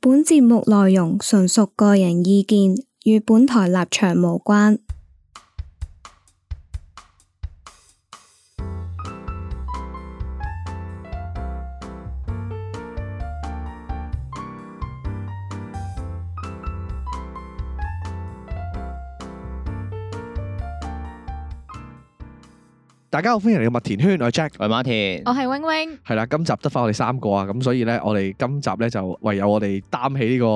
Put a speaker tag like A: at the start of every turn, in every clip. A: 本節目內容純屬個人意見，與本台立場無關。
B: 大家好，歡迎嚟到麥田圈，我係 Jack。
C: 喂，馬田，
D: 我係 wing wing，
B: 係啦，今集得翻我哋三個啊，咁所以咧，我哋今集咧就唯有我哋擔起呢個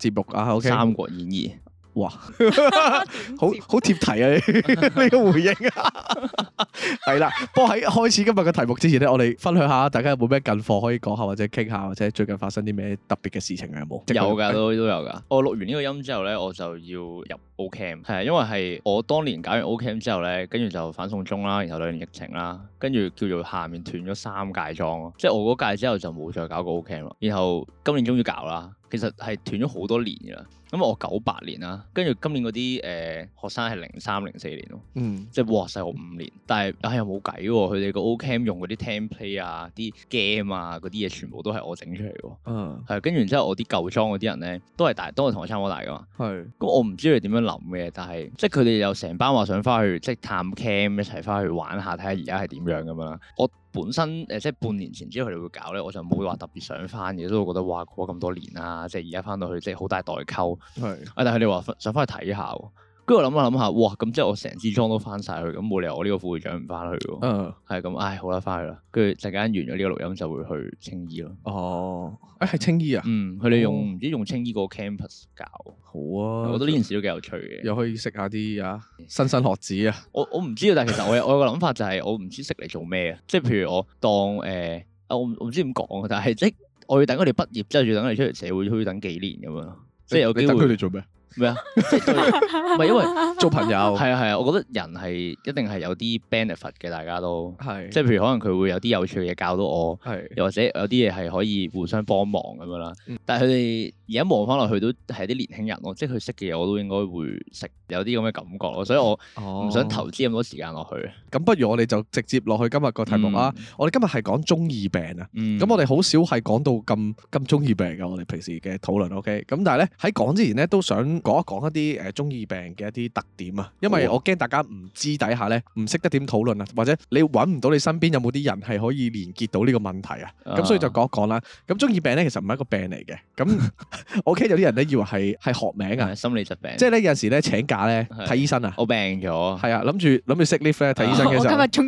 B: 節目啊。OK，
C: 三國演義》
B: 哇，好好貼題啊！你呢個回應啊， 係啦。不過喺開始今日嘅題目之前咧，我哋分享下大家有冇咩近況可以講下，或者傾下，或者最近發生啲咩特別嘅事情啊？有冇？
C: 有㗎，都都有㗎。我錄完呢個音之後咧，我就要入 O Cam，係啊，因為係我當年搞完 O Cam 之後咧，跟住就反送中啦，然後兩年疫情啦，跟住叫做下面斷咗三屆莊咯，即係我嗰屆之後就冇再搞過 O Cam 啦。然後今年終於搞啦，其實係斷咗好多年㗎啦。咁我九八年啦，跟住今年嗰啲誒呃學生係零三零四年咯。
B: 嗯，
C: 即係哇細我五年，但係唉又冇計喎，佢哋個 Ocam 用嗰啲 template 啊、啲 game 啊嗰啲嘢全部都係我整出嚟喎。
B: 嗯，
C: 係，跟住然之後我啲舊裝嗰啲人咧，都係大，都係同我差唔多大噶嘛。
B: 係，
C: 咁我唔知佢哋點樣諗嘅，但係即係佢哋又成班話想翻去即係探 cam 一齊翻去玩下，睇下而家係點樣咁樣啦。我本身誒、呃即係半年前知道佢哋會搞咧，我就冇話特別想翻嘅，都覺得哇過咗咁多年啦，即係而家翻到去即係好大代溝。
B: 係，
C: 啊！但係佢哋話想翻去睇下喎，跟住我諗下諗下，哇！咁即係我成支裝都翻晒去，咁冇理由我呢個副會長唔翻去喎。
B: 嗯，
C: 係咁，唉，好啦，翻去啦。跟住陣間完咗呢個錄音就會去青衣咯。
B: 哦，誒係青衣啊，
C: 嗯，佢哋用
B: 哦
C: 唔、知用青衣個 campus 搞，
B: 好啊，
C: 我覺得呢件事都幾有趣嘅。
B: 又可以識下啲啊新生學子啊，
C: 我我唔知啊，但係其實我有我有個諗法就係我唔知識嚟做咩啊。即係譬如我當誒、呃啊，我唔我唔知點講啊，但係即係我要等佢哋畢業之後，要等佢哋出嚟社會，都要等幾年咁樣咯。即係有
B: 你
C: 機
B: 等佢
C: 會
B: 哋做咩？
C: 咩啊？即係對唔係因為。
B: 做朋友
C: 係啊係啊，我覺得人係一定係有啲 benefit 嘅，大家都
B: 係，
C: 即係譬如可能佢會有啲有趣嘅嘢教到我，
B: 係。
C: 又或者有啲嘢係可以互相幫忙咁樣啦。
B: 嗯
C: 但係佢哋而家望翻落去都係啲年輕人咯，即係佢識嘅嘢我都應該會識，有啲咁嘅感覺咯。所以我唔
B: 唔
C: 想投資咁多時間落去。
B: 咁不如我哋就直接落去今日個題目啦。
C: 嗯
B: 我哋今日係講中二病啊。
C: 嗯
B: 咁、我哋好少係講到咁咁中二病嘅，我哋平時嘅討論，OK。咁但係咧喺講之前咧，都想講一講一啲誒中二病嘅一啲特點啊，因為
C: 好啊
B: 我驚大家唔知底下咧，唔識得點討論啊，或者你揾唔到你身邊有冇啲人係可以連結到呢個問題啊。咁、
C: 啊
B: 所以就講一講啦。咁中二病咧其實唔係一個病嚟嘅，咁我驚有啲人咧以為係係學名啊
C: 係，心理疾病，
B: 即
C: 即係
B: 係咧有陣時咧請假咧
C: 係
B: 睇醫生啊，
C: 我病咗，
B: 係啊，諗住諗住 sick leave 咧睇醫生嘅時候。
D: 哦我今日中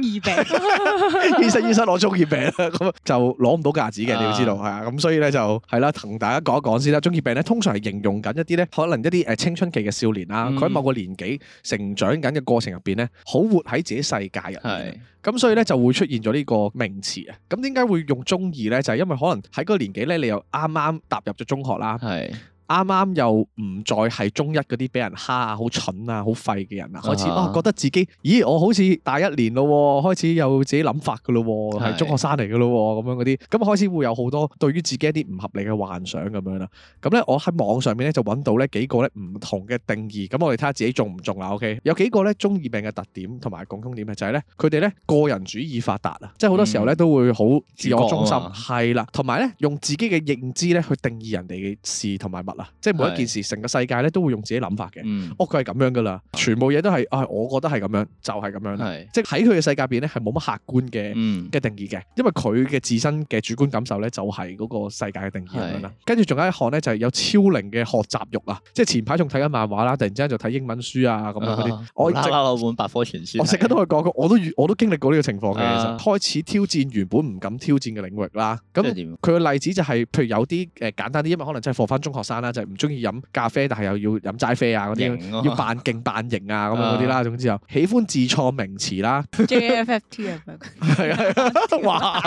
D: 二 病，
B: 醫生醫生我中意病啦，咁就攞唔到架子嘅，你要知道係
C: 啊
B: 啊，咁所以咧就係啦，同大家講一講先啦。中意病咧通常係形容緊一啲咧，可能一啲誒青春期嘅少年啦，
C: 嗯
B: 佢喺某個年紀成長緊嘅過程入邊咧，好活喺自己世界入邊
C: 係。
B: 咁所以咧就會出現咗呢個名詞啊。咁點解會用中二咧？就係因為可能喺嗰個年紀咧，你又啱啱踏入咗中學啦，
C: 係
B: 啱啱又唔再係中一嗰啲俾人蝦啊、好蠢啊、好廢嘅人啊，開始
C: 啊
B: 啊覺得自己，咦我好似大一年咯喎，開始有自己諗法噶咯喎，係
C: 係
B: 中學生嚟噶咯喎，咁樣嗰啲，咁開始會有好多對於自己一啲唔合理嘅幻想咁樣啦。咁咧我喺網上面咧就揾到咧幾個咧唔同嘅定義，咁我哋睇下自己中唔中啦。OK，有幾個咧中二病嘅特點同埋共通點嘅就係咧，佢哋咧個人主義發達啊，即係好多時候咧
C: 嗯
B: 都會好自我中
C: 主角
B: 心
C: 啊嘛。
B: 係啦，同埋咧用自己嘅認知咧去定義人哋嘅事同埋物啊，即係每一件事，成個世界咧都會用自己諗法嘅。
C: 嗯
B: 哦，佢係咁樣噶啦，全部嘢都係啊，我覺得係咁樣，就係咁樣啦。
C: 係
B: 即係喺佢嘅世界入邊咧，係冇乜客觀嘅
C: 嗯
B: 嘅定義嘅，因為佢嘅自身嘅主觀感受咧，就係嗰個世界嘅定義咁樣啦。跟住仲有一項咧，就係有超齡嘅學習欲啊！即係前排仲睇緊漫畫啦，突然之間就睇英文書啊咁樣嗰啲，
C: 啊
B: 我
C: 無啦
B: 直
C: 啦攞本百科全書睇，
B: 我成日都係講過，我都遇我都經歷過呢個情況嘅。其實
C: 啊
B: 開始挑戰原本唔敢挑戰嘅領域啦。咁
C: 即係點啊
B: 佢個例子就係、譬如有啲誒、呃、簡單啲，因為可能真係放翻中學生啦，就係唔中意飲咖啡，但係又要飲齋啡啊嗰啲，
C: 型咯
B: 要扮勁扮型啊咁樣嗰啲啦。總之又喜歡自創名詞啦，
D: JFFT 啊，
B: 係 啊，哇！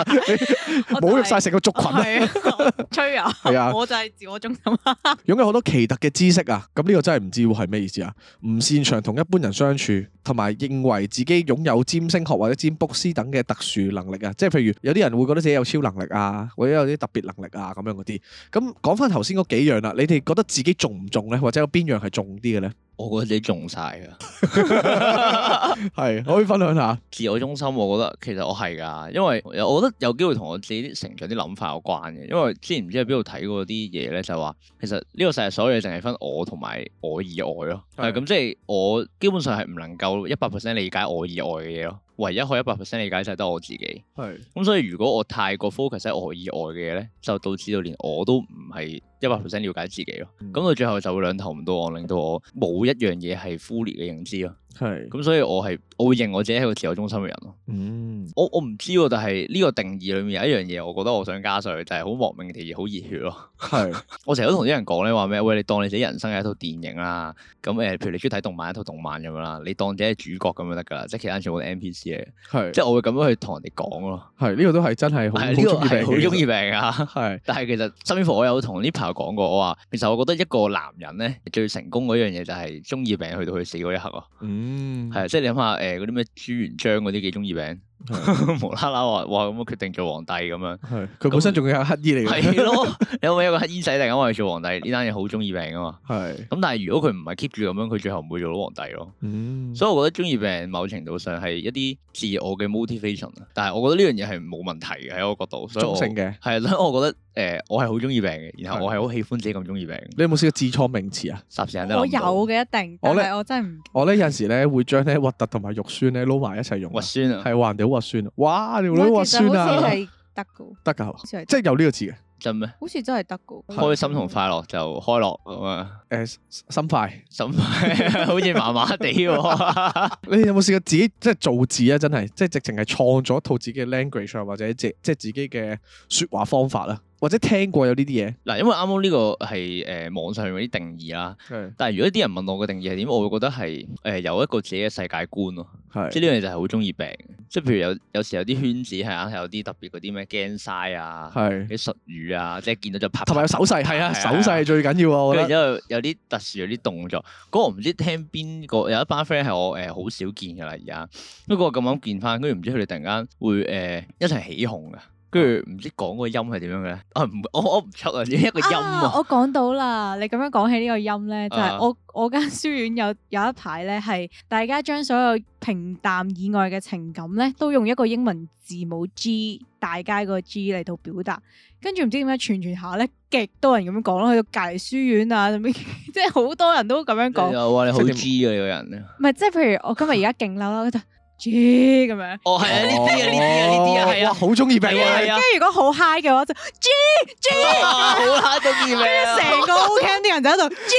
B: 侮辱晒成個族群 啊！
D: 係啊，吹啊，
B: 係啊
D: 我就係自我中心，啊
B: 擁有好多奇特嘅知識啊！咁呢個真係唔知會係咩意思啊？唔擅長同一般人相處，同埋認為自己擁有占星學或者占卜師等嘅特殊能力啊！即係譬如有啲人會覺得自己有超能力啊，或者有啲特別能力啊咁樣嗰啲。咁講翻頭先嗰幾樣啦，你哋覺得自己中唔中呢？或者有邊樣係中啲嘅呢？
C: 我覺得自己中晒啊㗎。
B: 係可以分享下。
C: 自我中心，我覺得其實我係㗎，因為我覺得有機會同我自己啲成長啲諗法有關嘅。因為之前唔知喺邊度睇過啲嘢咧，就話其實呢個世界所有嘢淨係分我同埋我以外咯。
B: 係
C: 係咁，即係我基本上係唔能夠一百 percent 理解我以外嘅嘢咯。唯一可以一百 percent 理解就係得我自己。
B: 係
C: 咁所以如果我太過 focus 喺我以外嘅嘢咧，就導致到連我都唔係一百 percent 了解自己咯。
B: 嗯
C: 咁到最後就會兩頭唔到岸，令到我冇一樣嘢係 fully 嘅認知咯。
B: 係，
C: 咁所以我係我會認我自己係個自我中心嘅人咯。
B: 嗯，
C: 我我唔知喎，但係呢個定義裏面有一樣嘢，我覺得我想加上去，就係好莫名地好熱血咯。
B: 係
C: 我成日都同啲人講咧話咩？喂，你當你自己人生係一套電影啦，咁誒、譬如你中意睇動漫一套動漫咁樣啦，你當自己係主角咁樣得㗎啦，即係其他人全部都 NPC 嚟嘅，
B: 係
C: 即係我會咁樣去同人哋講咯。
B: 係呢個都係真係好
C: 係呢個
B: 好中意
C: 係
B: 病，
C: 好中意病啊！
B: 係
C: 但係其實身邊乎我有同呢排講過，我話其實我覺得一個男人咧最成功嗰樣嘢就係中二病去到佢死嗰一刻咯。
B: 嗯
C: 係啊，即係你諗下誒嗰啲咩朱元璋嗰啲幾中意病， 無啦啦話哇咁我決定做皇帝咁樣。
B: 係佢本身仲要係乞衣嚟嘅，
C: 係咯，你有冇一個乞衣仔突然間話要做皇帝？呢單嘢好中意病噶嘛。
B: 係
C: 咁但係如果佢唔係 keep 住咁樣，佢最後唔會做到皇帝咯。
B: 嗯，
C: 所以我覺得中意病某程度上係一啲自我嘅 motivation 啊。但係我覺得呢樣嘢係冇問題嘅喺我角度，所以
B: 中
C: 我
B: 性嘅。
C: 係啊，所以我覺得誒、呃我係好中意病嘅，然後
B: 係
C: 我係好喜歡自己咁中意病。
B: 你有冇試過自創名詞啊？
C: 霎時間都
D: 我
C: 諗唔
D: 有
C: 到
D: 嘅一定，
B: 我
D: 但
B: 呢
D: 係我真係唔
B: 我咧有陣時咧會將咧核突同埋肉酸咧撈埋一齊用啊，
C: 核酸啊，
B: 係話人哋好核酸啊！哇，條女好核酸
D: 唔係其實好似
B: 啊，
D: 係得㗎，
B: 得㗎，
D: 好似係
B: 即係有呢個字嘅。
C: 真咩？
D: 好似真係得㗎。
C: 開心同快樂就開樂咁啊，
B: 誒心快，
C: 心 好似麻麻地喎。
B: 你有冇試過自己即係造字啊？真係即係直情係創咗一套自己嘅 language 啊，或者即即係自己嘅説話方法啦，或者聽過有呢啲
C: 嗱，因為啱啱呢個係誒網上嗰啲定義啦，
B: 嘢，
C: 但係如果啲人問我嘅定義係點，我會覺得係誒、呃有一個自己嘅世界觀咯，
B: 係
C: 即係呢樣嘢就係好中意病嘅，即係譬如有有時有啲圈子係硬係有啲特別嗰啲咩驚晒啊，
B: 係
C: 啲術語啊，即係見到就拍，
B: 同埋有手勢，係啊，手勢係最緊要啊！我
C: 跟
B: 覺得
C: 住之後有啲特殊有啲動作，嗰、個我唔知聽邊個，有一班 friend 係我誒好、少見㗎啦而家，不過咁啱見翻，跟住唔知佢哋突然間會誒、呃一齊起哄㗎，跟住唔知講個音係點樣嘅咧，啊唔我我唔出啊，只係一個音
D: 啊
C: 啊，
D: 我講到啦，你咁樣講起呢個音咧，就係、
C: 啊
D: 我我間書院有有一排咧，係大家將所有平淡以外嘅情感咧，都用一個英文字母 G 大街個 G 嚟到表達，跟住唔知點解傳傳下咧，極多人咁樣講咯，去到隔離書院啊，咁樣 即係好多人都咁樣講，
C: 又話你好
B: 即係
C: G
B: 點
C: 嘅你個人啊。
D: 唔係即係譬如我今日而家勁嬲啦，佢就 G 咁樣。
C: 哦，係啊，呢啲啊，呢啲啊，呢啲啊，係
B: 哇
C: 啊，
B: 好中意病
C: 係啊，
B: 啊！
C: 係啊
D: 跟，住如果好 high 嘅話就 G G，
C: 哇好啦，中意你啊！
D: 成個 O Camp 啲人就喺度 G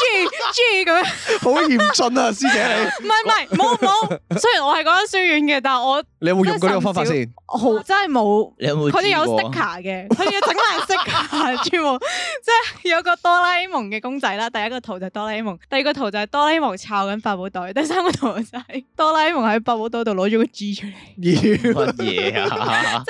D: G G 咁樣。
B: 好嚴峻啊，師姐
D: 唔係唔係，冇冇。雖然我係嗰間書院嘅，但係我
B: 你，你有冇用過呢個方法先？
D: 好真係冇。
C: 你有冇？
D: 佢哋有 sticker 嘅，佢哋整埋 sticker，全部即係有個哆啦 A 夢嘅公仔啦。第一個圖就係哆啦 A 夢，第二個圖就係哆啦 A 夢抄緊百寶袋，第三個圖就係哆啦 A 夢喺百寶袋度攞咗個 G 出嚟。
B: 妖，
C: 乜嘢啊？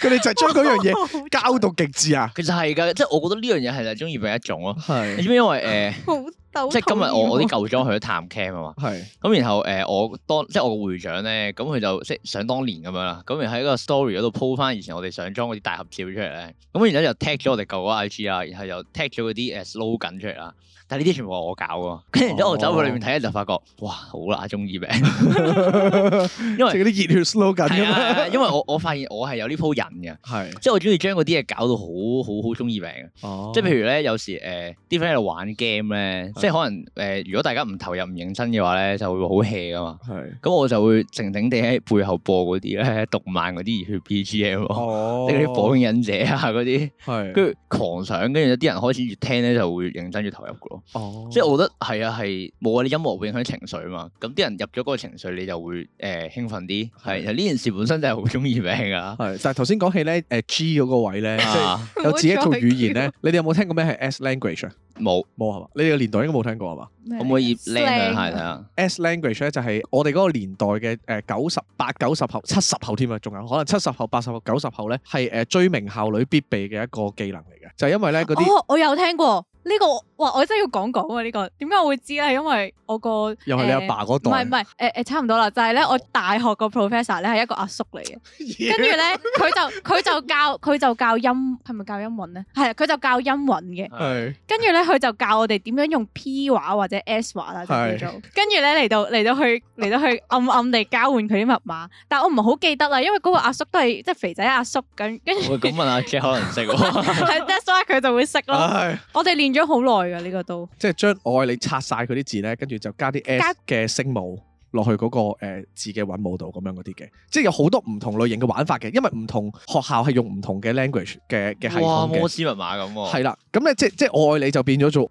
B: 佢哋就係將嗰樣 嘢交到極致啊！
C: 其實係㗎，即係我覺得呢樣嘢係就中意病一種咯。
B: 係
C: 你知唔知因為
D: 好鬥
C: 誒，即係今日我我啲
D: 討厭喎
C: 舊裝去咗探 cam 啊嘛，
B: 係
C: 咁然後誒我當即係我個會長咧，咁佢就即係想當年咁樣啦，咁然後喺個 story 嗰度 po 翻以前我哋上裝嗰啲大合照出嚟咧，咁然後就 tag 咗我哋舊嗰個 IG 啦，然後又 tag 咗嗰啲誒 slogan 出嚟啦，但係呢啲全部係我搞㗎，跟住然之後我走去裏面睇咧就發覺，哇好啦，中意病。因為
B: 即係嗰啲熱血 slogan
C: 係
B: 咁
C: 啊，係啊
B: 樣，
C: 因為我我發現我係有呢鋪癮嘅，
B: 係
C: 即係我中意將嗰啲嘢搞到好好好中意病嘅。
B: 哦
C: 即係譬如咧，有時誒啲 friend 喺度玩 game 咧，即係可能誒、呃如果大家唔投入唔認真嘅話咧，就會好 hea 噶嘛。
B: 係
C: 咁我就會靜靜地喺背後播嗰啲咧 動漫嗰啲熱血 BGM 咯。
B: 哦
C: 即係嗰啲火影忍者啊，嗰啲
B: 係
C: 跟住狂想，跟住有啲人開始越聽咧就會認真越投入噶咯。
B: 哦
C: 即係我覺得係啊，係冇啊！你音樂會影響情緒嘛，咁啲人入咗嗰個情緒，你就會誒、呃、興奮啲。係呢件事本身真係好中意病㗎。
B: 係，但係頭先講起咧，誒 G 嗰個位咧，即係
C: 啊，
B: 有 自己一套語言咧，你哋有冇聽過咩係 S language 啊？
C: 冇，
B: 冇係嘛？你哋個年代應該冇聽過係啊嘛？
D: 咩
C: 可唔可以啊靚兩下
D: slang
C: 睇下？
B: S language 咧就係我哋嗰個年代嘅誒九十八、九十後、七十後添啊，仲有可能七十後、八十後、九十後咧係誒追名校女必備嘅一個技能嚟嘅，就係因為咧嗰啲
D: 哦，我有聽過，呢、個哇，我真係要講講喎呢個。點解我會知咧？係因為我個
B: 又係你阿
D: 誒
B: 爸嗰
D: 唔係唔
B: 代，
D: 係，誒誒、差唔多啦，就係、咧，我大學個 professor 咧係一個阿叔嚟嘅，跟住咧佢就佢就教佢就教音係咪教音韻咧？係啊，佢就教音韻嘅，
B: 係
D: 跟住咧佢就教我哋點樣用 P 畫或者 S 畫啦，就叫做，跟住咧嚟到嚟到去嚟到去暗暗地交換佢啲密碼，但我唔係好記得啦，因為嗰個阿叔都係即係肥仔阿叔咁， 跟住
C: 喂，咁問阿 J 可能識喎。
D: 係 that's why 佢就會識咯。
B: 唉，
D: 我哋練咗好耐㗎呢個都，
B: 即係將我愛你拆晒佢啲字咧，跟住就加啲 S 嘅聲母落去嗰、個、呃、字嘅韻母度咁樣嗰啲嘅，即係有好多唔同類型嘅玩法嘅，因為唔同學校係用唔同嘅 language 嘅嘅系
C: 哇，
B: 統嘅，
C: 摩斯密碼咁喎。
B: 係啦，咁咧即即係我愛你就變咗做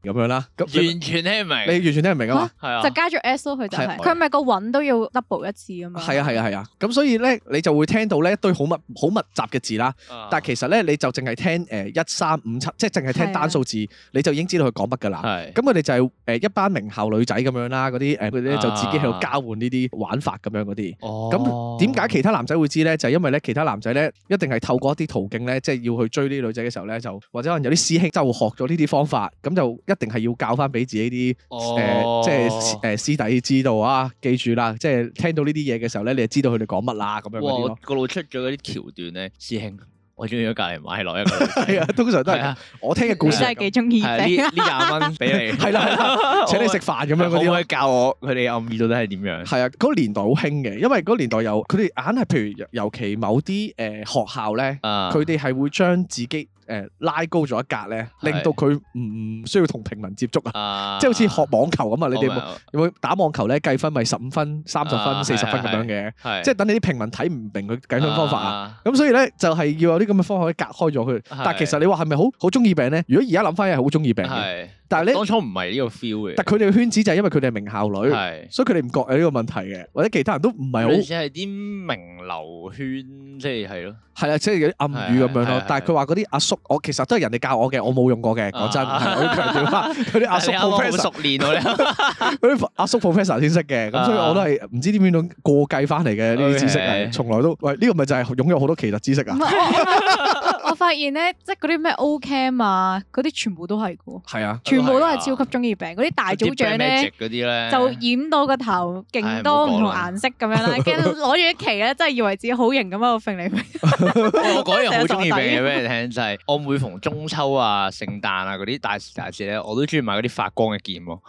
B: 咁樣啦，咁你
C: 完全聽唔明。
B: 你完全聽唔明啊嘛？
C: 係啊
D: 就。加咗 S 咯，佢就
B: 係
D: 係佢咪個韻都要 double 一次㗎嘛。
B: 係啊係啊係啊，咁所以咧你就會聽到咧一堆好密好密集嘅字啦，
C: 啊
B: 但係其實咧你就淨係聽呃誒一三五七，即係淨係
D: 係
B: 聽
D: 啊
B: 單數字，你就已經知道佢講乜㗎啦。
C: 係
B: 咁佢哋就係誒一班名校女仔咁樣啦，嗰啲誒佢哋咧就自己喺度交換呢啲玩法咁樣嗰啲。
C: 啊哦。
B: 咁點解其他男仔會知咧？就係因為咧，其他男仔咧一定係透過一啲途徑咧，即係要去追呢啲女仔嘅時候咧，就或者可能有啲師兄就學咗呢啲方法，咁就一定係要教翻俾自己啲
C: 哦
B: 誒即係誒師弟知道啊！記住啦，即係聽到呢啲嘢嘅時候咧，你就知道佢哋講乜啦咁樣
C: 哇！
B: 嗰啲
C: 我
B: 咯。
C: 個路出咗嗰啲橋段咧，師兄，我中意咗隔離買落一個女仔。
B: 係啊，通常都
C: 係
B: 係
C: 啊，
B: 我聽嘅
D: 你
B: 故事
D: 真
B: 係
D: 係幾
B: 咁。
D: 中意
C: 係啊呢
D: 俾。
C: 呢廿蚊俾你。
B: 係啦係啦，請你食飯咁樣嗰
C: 可
B: 啲
C: 唔
B: 咯
C: 可以。教我佢哋暗語到底係點樣？
B: 係啊，嗰、個年代好興嘅，因為嗰個年代有佢哋硬係，譬如尤尤其某啲誒、呃、學校咧，
C: 啊
B: 佢哋係會將自己誒、呃拉高咗一格咧，
C: 係
B: 令到佢唔需要同平民接觸啊，
C: 啊
B: 即係好似學網球咁啊！你哋有冇
C: 我明
B: 有冇打網球咧計分咪十五分、三十
C: 啊
B: 分、四十分
C: 係
B: 咁樣嘅，
C: 啊係
B: 即係等你啲平民睇唔明佢計分方法啊！
C: 啊！
B: 咁所以咧就係、要有啲咁嘅方法可以隔開咗佢，但係其實你話係咪好好中意病咧？如果而家諗翻係好中意病嘅，
C: 係，
B: 但係咧
C: 當，初唔係呢個 feel 嘅，
B: 但佢哋嘅圈子就係因為佢哋係名校女。
C: 係
B: 所以佢哋唔覺有呢個問題嘅，或者其他人都唔係好
C: 類似係啲名流圈，即係係咯，
B: 係啦，即係有啲暗語咁樣
C: 係啊係啊
B: 咯。但係佢話嗰啲阿叔，我其實都係人哋教我嘅，我冇用過嘅。講真，
C: 啊
B: 係我要強調 翻，嗰啲阿叔
C: 但係你啱啱
B: professor，
C: 好熟啊練喎你，
B: 嗰啲阿叔 professor 先識嘅。咁所以我都係唔知點樣度過計翻嚟嘅呢啲知識
C: Okay
B: 係，從來都喂呢個咪就係擁有好多奇特知識
D: 唔
C: 嗯
B: 啊！
D: 係 我我我發現咧，即係嗰啲咩 O Cam 啊，嗰啲全部都係嘅，
B: 係啊，
D: 全部都係
C: 都係啊
D: 超級中意病。嗰啲大組長咧
C: Black Magic 嗰啲咧
D: 就染到個頭，勁多啊唔同顏色咁樣 啦，跟住攞住啲旗咧，真係以為自己好型咁喺度揈 嚟揈 去。
C: 我嗰樣好中意病嘅俾你聽，就係我每逢中秋啊、聖誕啊嗰啲大時大節咧，我都中意買嗰啲發光嘅劍 喎。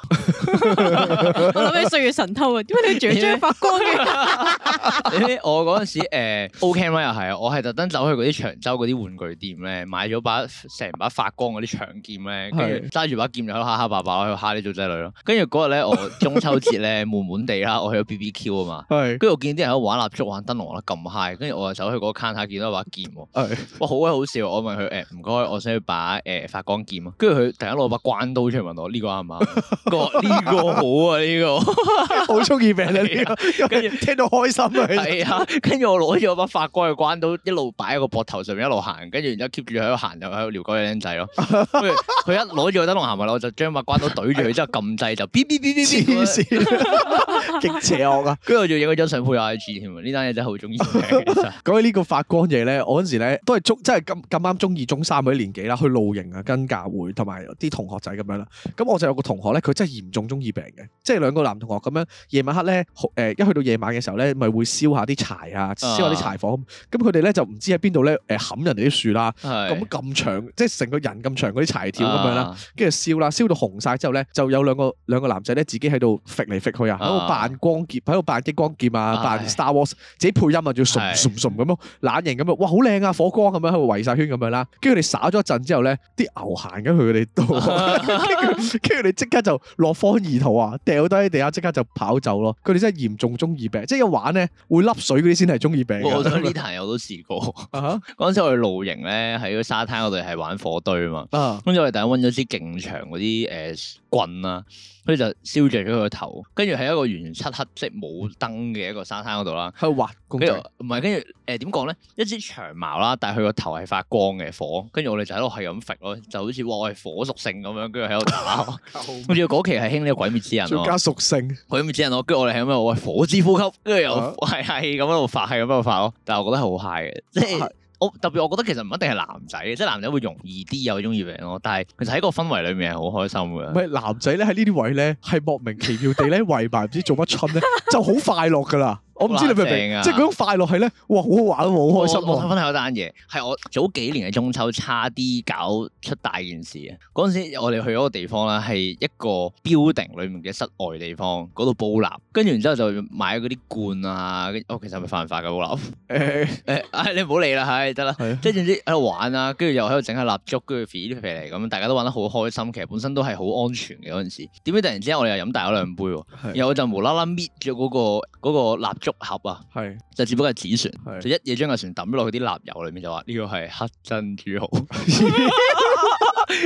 D: 我諗起歲月神偷啊，點解你仲要中意發光嘅？
C: 你知我嗰陣時誒 O K 啦又係啊，我係特登走去嗰啲長洲嗰啲玩具店咧，買咗把成把發光嗰啲長劍咧，跟住
B: 係
C: 揸住把劍就喺度蝦蝦霸霸喺度蝦啲組仔女咯。跟住嗰日咧，我中秋節咧悶悶地啦，我去咗 B B Q 啊嘛，
B: 係
C: 跟住我見啲人喺度玩蠟燭、玩燈籠玩得咁 high，跟住我就走去嗰個 counter 見到一把劍喎。
B: 係
C: 哇，好鬼好笑！我問佢誒唔該，我想要把誒發光劍啊，跟住佢突然間攞把關刀出嚟問我呢個啱唔 啱？我話呢個好啊呢個。
B: 好中意病啊！呢 個跟
C: 跟住
B: 住聽到開心啊其實！
C: 系啊，跟住我攞咗把發光嘅關刀，一路擺喺個膊頭上面，一路行，跟住然之後 keep 住喺度行，就喺度撩嗰個僆仔咯。跟住佢一攞住個燈籠行埋嚟，我就將把關刀懟住佢，之後撳掣就哔哔哔哔哔
B: 黐
C: 咁樣。
B: 線，極邪惡啊！
C: 跟住我仲影咗張相配 I G 添啊！呢單嘢真係好中意嘅，其實
B: 講起呢個發光嘢咧，我嗰陣時咧都係中，真係咁咁啱中二中三嗰啲年紀啦，去露營啊，跟教會同埋啲同學仔咁樣啦。咁我就有個同學咧，佢真係嚴重中二病嘅，即係兩個男同學咁樣，夜晚黑咧，誒、一去到夜晚嘅時候咧，咪會燒下啲柴啊，燒下啲柴火咁。咁佢哋咧就唔知喺邊度咧，誒冚人哋啲樹啦， 咁
C: 係
B: 咁長，即係成個人咁長嗰啲柴條咁樣啦。
C: 啊
B: 跟住燒啦，燒到紅晒之後咧，就有兩個兩個男仔咧，自己喺度揈嚟揈去啊，喺
C: 啊
B: 度扮光劍，喺度扮激光劍啊，
C: 唉
B: 扮 Star Wars，自己配音啊，仲要唰
C: 係
B: 唰唰咁咯，懶型咁樣，哇，好靚啊，火光咁樣喺度圍晒圈咁樣啦。跟住佢哋耍咗一陣之後咧，啲牛行緊去佢哋 度，跟住跟住你即刻就落荒而逃啊，掉低喺地下即刻就跑走咯。佢哋真係嚴重中二病，即係一玩咧會笠水嗰啲先係中二病
C: 我我覺得
B: 㗎。
C: 呢壇嘢我都試過。
B: 啊
C: 嗰陣時我哋露營咧，喺個沙灘嗰度係玩火堆啊嘛。
B: 哈 啊
C: 跟住我哋突然揾咗支勁長嗰啲誒棍啦，跟住就燒着咗佢個頭，跟住喺一個完全漆黑即係冇燈嘅一個沙灘嗰度啦。
B: 喺度畫公
C: 跟住
B: 仔，
C: 我唔係，跟住誒點講咧？一支長矛啦，但係佢個頭係發光嘅火，跟住我哋就喺度係咁揈咯，就好似哇我係火屬性咁樣，跟住喺度打。 跟住嗰期係興呢個鬼滅之刃啊
B: 仲加
C: 咯，
B: 屬性。
C: 鬼滅之刃咯，哦跟住我哋係咁樣喂火之呼吸，跟住又
B: 啊
C: 係係咁喺度發，係咁喺度發咯。但係我覺得係好 high 嘅，即係我特別我覺得其實唔一定係男仔嘅，即係男仔會容易啲有中意病咯。哦但係其實喺個氛圍裡面係好開心
B: 唔
C: 嘅。
B: 係男仔咧喺呢啲位咧係莫名其妙地咧圍埋唔知做乜春咧， 就好快樂噶啦。我唔知你明唔
C: 好冷靜
B: 明？
C: 啊
B: 即係嗰種快樂係咧，哇好好玩喎，好開心啊
C: 我我想
B: 喎。
C: 分享一單嘢，係我早幾年嘅中秋差啲搞出大件事啊！嗰陣時我哋去嗰個地方啦，係一個 building 裡面嘅室外地方，嗰度煲蠟，跟住然之後就買嗰啲罐啊，跟哦其實係咪犯法嘅 煲蠟？
B: 誒
C: 誒、唉你唔好理啦，唉得啦。
B: 係啊
C: 即係總之喺度玩啦，跟住又喺度整下蠟燭，跟住肥啲肥嚟咁，大家都玩得好開心。其實本身都係好安全嘅嗰陣時，點解突然之間我哋又飲大咗兩杯喎？
B: 係
C: 然後我就無啦啦搣咗嗰個嗰、個蠟燭盒啊，
B: 係
C: 就只不過係紙
B: 係
C: 船，就一嘢將個船抌咗落去啲蠟油裡面，就話呢個係黑珍珠蠔。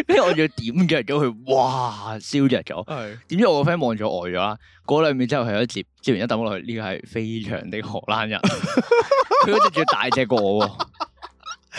C: 跟住我仲要點着咗佢，哇燒着咗。
B: 係
C: 點知我個 friend 望咗呆咗啦，過兩秒之後佢有一接，接完一抌落去，呢個係非常的荷蘭人，佢嗰只仲要大隻過我喎。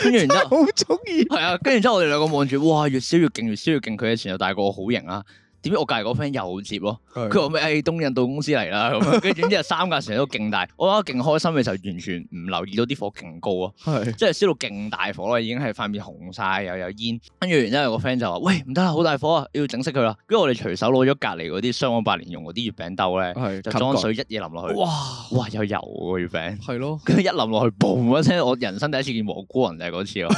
C: 跟住然之後。
B: 好中意。
C: 係啊，跟住之後我哋兩個望住，哇，越燒越勁，越燒越勁。佢嘅前又大過我好型啊。點知我隔離嗰個 friend 又接咯，佢話咩？誒、哎東印度公司嚟啦咁樣，跟住點知有三架船都勁大，我覺得勁開心嘅時候，完全唔留意到啲火勁高啊，
B: 係
C: 即係燒到勁大火啦，已經係塊面紅晒，又有煙。跟住然之後有個 friend 就話：喂，唔得啦，好大火啊，要整熄佢啦。跟住我哋隨手攞咗隔離嗰啲雙黃百年用嗰啲月餅兜咧，
B: 係
C: 就
B: 冚
C: 裝
B: 蓋
C: 水一嘢淋落去，哇
B: 哇
C: 哇有油喎月餅。
B: 係咯。
C: 跟住一淋落去，嘣一聲，我人生第一次見蘑菇人就係嗰次咯。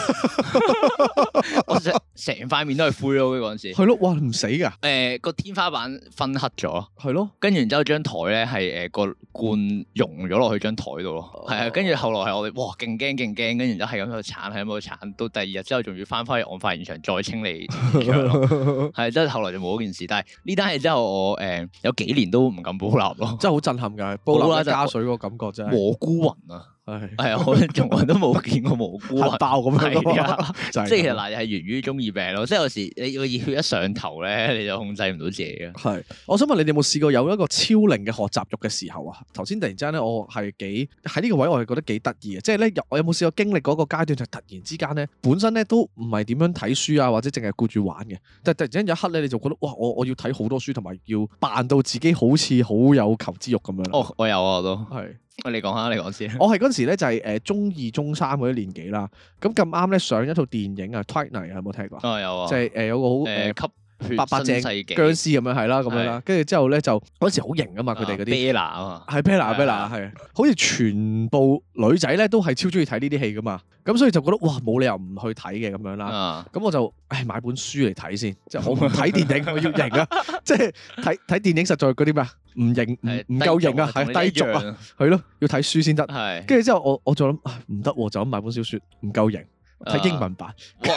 C: 我成成塊面都係灰咯，嗰陣時。
B: 係咯，哇唔死㗎，
C: 誒、個天花板分黑咗，
B: 係咯，
C: 跟住然之後張台咧係誒個罐溶咗落去張台度咯，係啊、跟住後來係我哋哇勁驚勁驚，跟住然之後係咁喺度鏟，係咁喺度鏟，到第二日之後仲要翻返去案發現場再清理現場 咯，係即係後來就冇嗰件事，但係呢單嘢之後我誒、有幾年都唔敢煲蠟 咯，
B: 真係好震撼㗎，煲
C: 好啦
B: 蠟
C: 就
B: 加水嗰個感覺真係，
C: 蘑菇雲啊，
B: 係
C: 係啊，我從來都冇見過蘑菇雲
B: 核。爆咁樣
C: 係
B: 咯
C: 啊，
B: 就係
C: 即係其實
B: 咁
C: 嗱，係源於中二病咯。即係有時你個熱血一上頭咧， 你就控制唔到自己啊嘅。
B: 係，我想問你哋有冇試過有一個超齡嘅學習欲嘅時候啊？頭先突然之間咧，我係幾喺呢個位，我係覺得幾得意嘅，即係咧，有我有冇試過經歷嗰個階段，就突然之間咧，本身咧都唔係點樣睇書啊，或者淨係顧住玩嘅，但係突然之間有一刻咧，你就覺得哇，我我要睇好多書，同埋要扮到自己好似好有求知欲咁樣啦。
C: 哦，我有啊，我都。
B: 係。
C: 喂你講下，你 講先。
B: 我係嗰陣時咧就係誒中二中三嗰啲年紀啦，咁咁啱咧上一套電影啊《Twilight》有冇聽過啊？
C: 哦，有啊。
B: 就係誒有個好誒
C: 誒吸血
B: 白白淨
C: 新世紀
B: 僵屍咁樣係啦，咁樣啦，跟住之後咧就嗰陣時好型啊嘛，佢哋嗰啲。
C: Bella 啊嘛。
B: 係 Bella
C: 係
B: Bella
C: 啊
B: 係，好似全部女仔咧都係超中意睇呢啲戲噶嘛，咁所以就覺得哇冇理由唔去睇嘅咁樣啦。
C: 啊，
B: 咁我就唉買本書嚟睇先，即係 我唔睇電影，我要型啊！即係睇睇電影實在嗰啲咩啊，唔型
C: 係
B: 唔唔夠型啊，係
C: 低俗同你
B: 低俗
C: 一
B: 啊，
C: 樣啊。
B: 係咯，要睇書先得。
C: 啊係。
B: 啊跟住之後我我就諗唉唔得喎，就咁買本小説唔夠型，
C: 啊
B: 睇英文版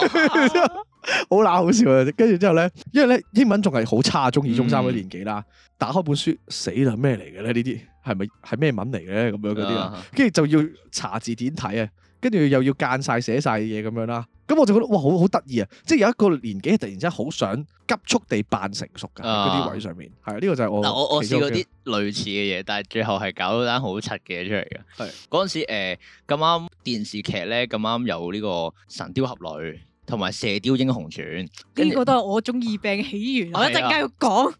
B: 好乸好笑啊！跟住之後咧，因為咧英文仲係好差，中二中三嗰啲年紀啦，
C: 嗯
B: 打開本書死啦咩嚟嘅咧？呢啲係咪係咩文嚟嘅咧？咁樣嗰啲啦，
C: 啊
B: 跟住就要查字典睇啊，跟住又要間晒寫晒嘢咁樣啦。咁我就覺得哇，好好得意啊！即係有一個年紀係突然之間好想急速地扮成熟㗎喺嗰
C: 啊
B: 啲位上面，係啊呢個就係我
C: 嗱，我我
B: 其中
C: 試
B: 一
C: 過
B: 個
C: 啲類似嘅嘢，但係最後係搞到單好柒嘅嘢出嚟嘅。
B: 係
C: 嗰陣時誒咁啱電視劇咧，咁啱有呢個《神雕俠侶》同埋《射雕英雄傳》，跟
D: 呢
C: 住
D: 個都係我中二病嘅起源，
C: 係啊
D: 我一陣間要講。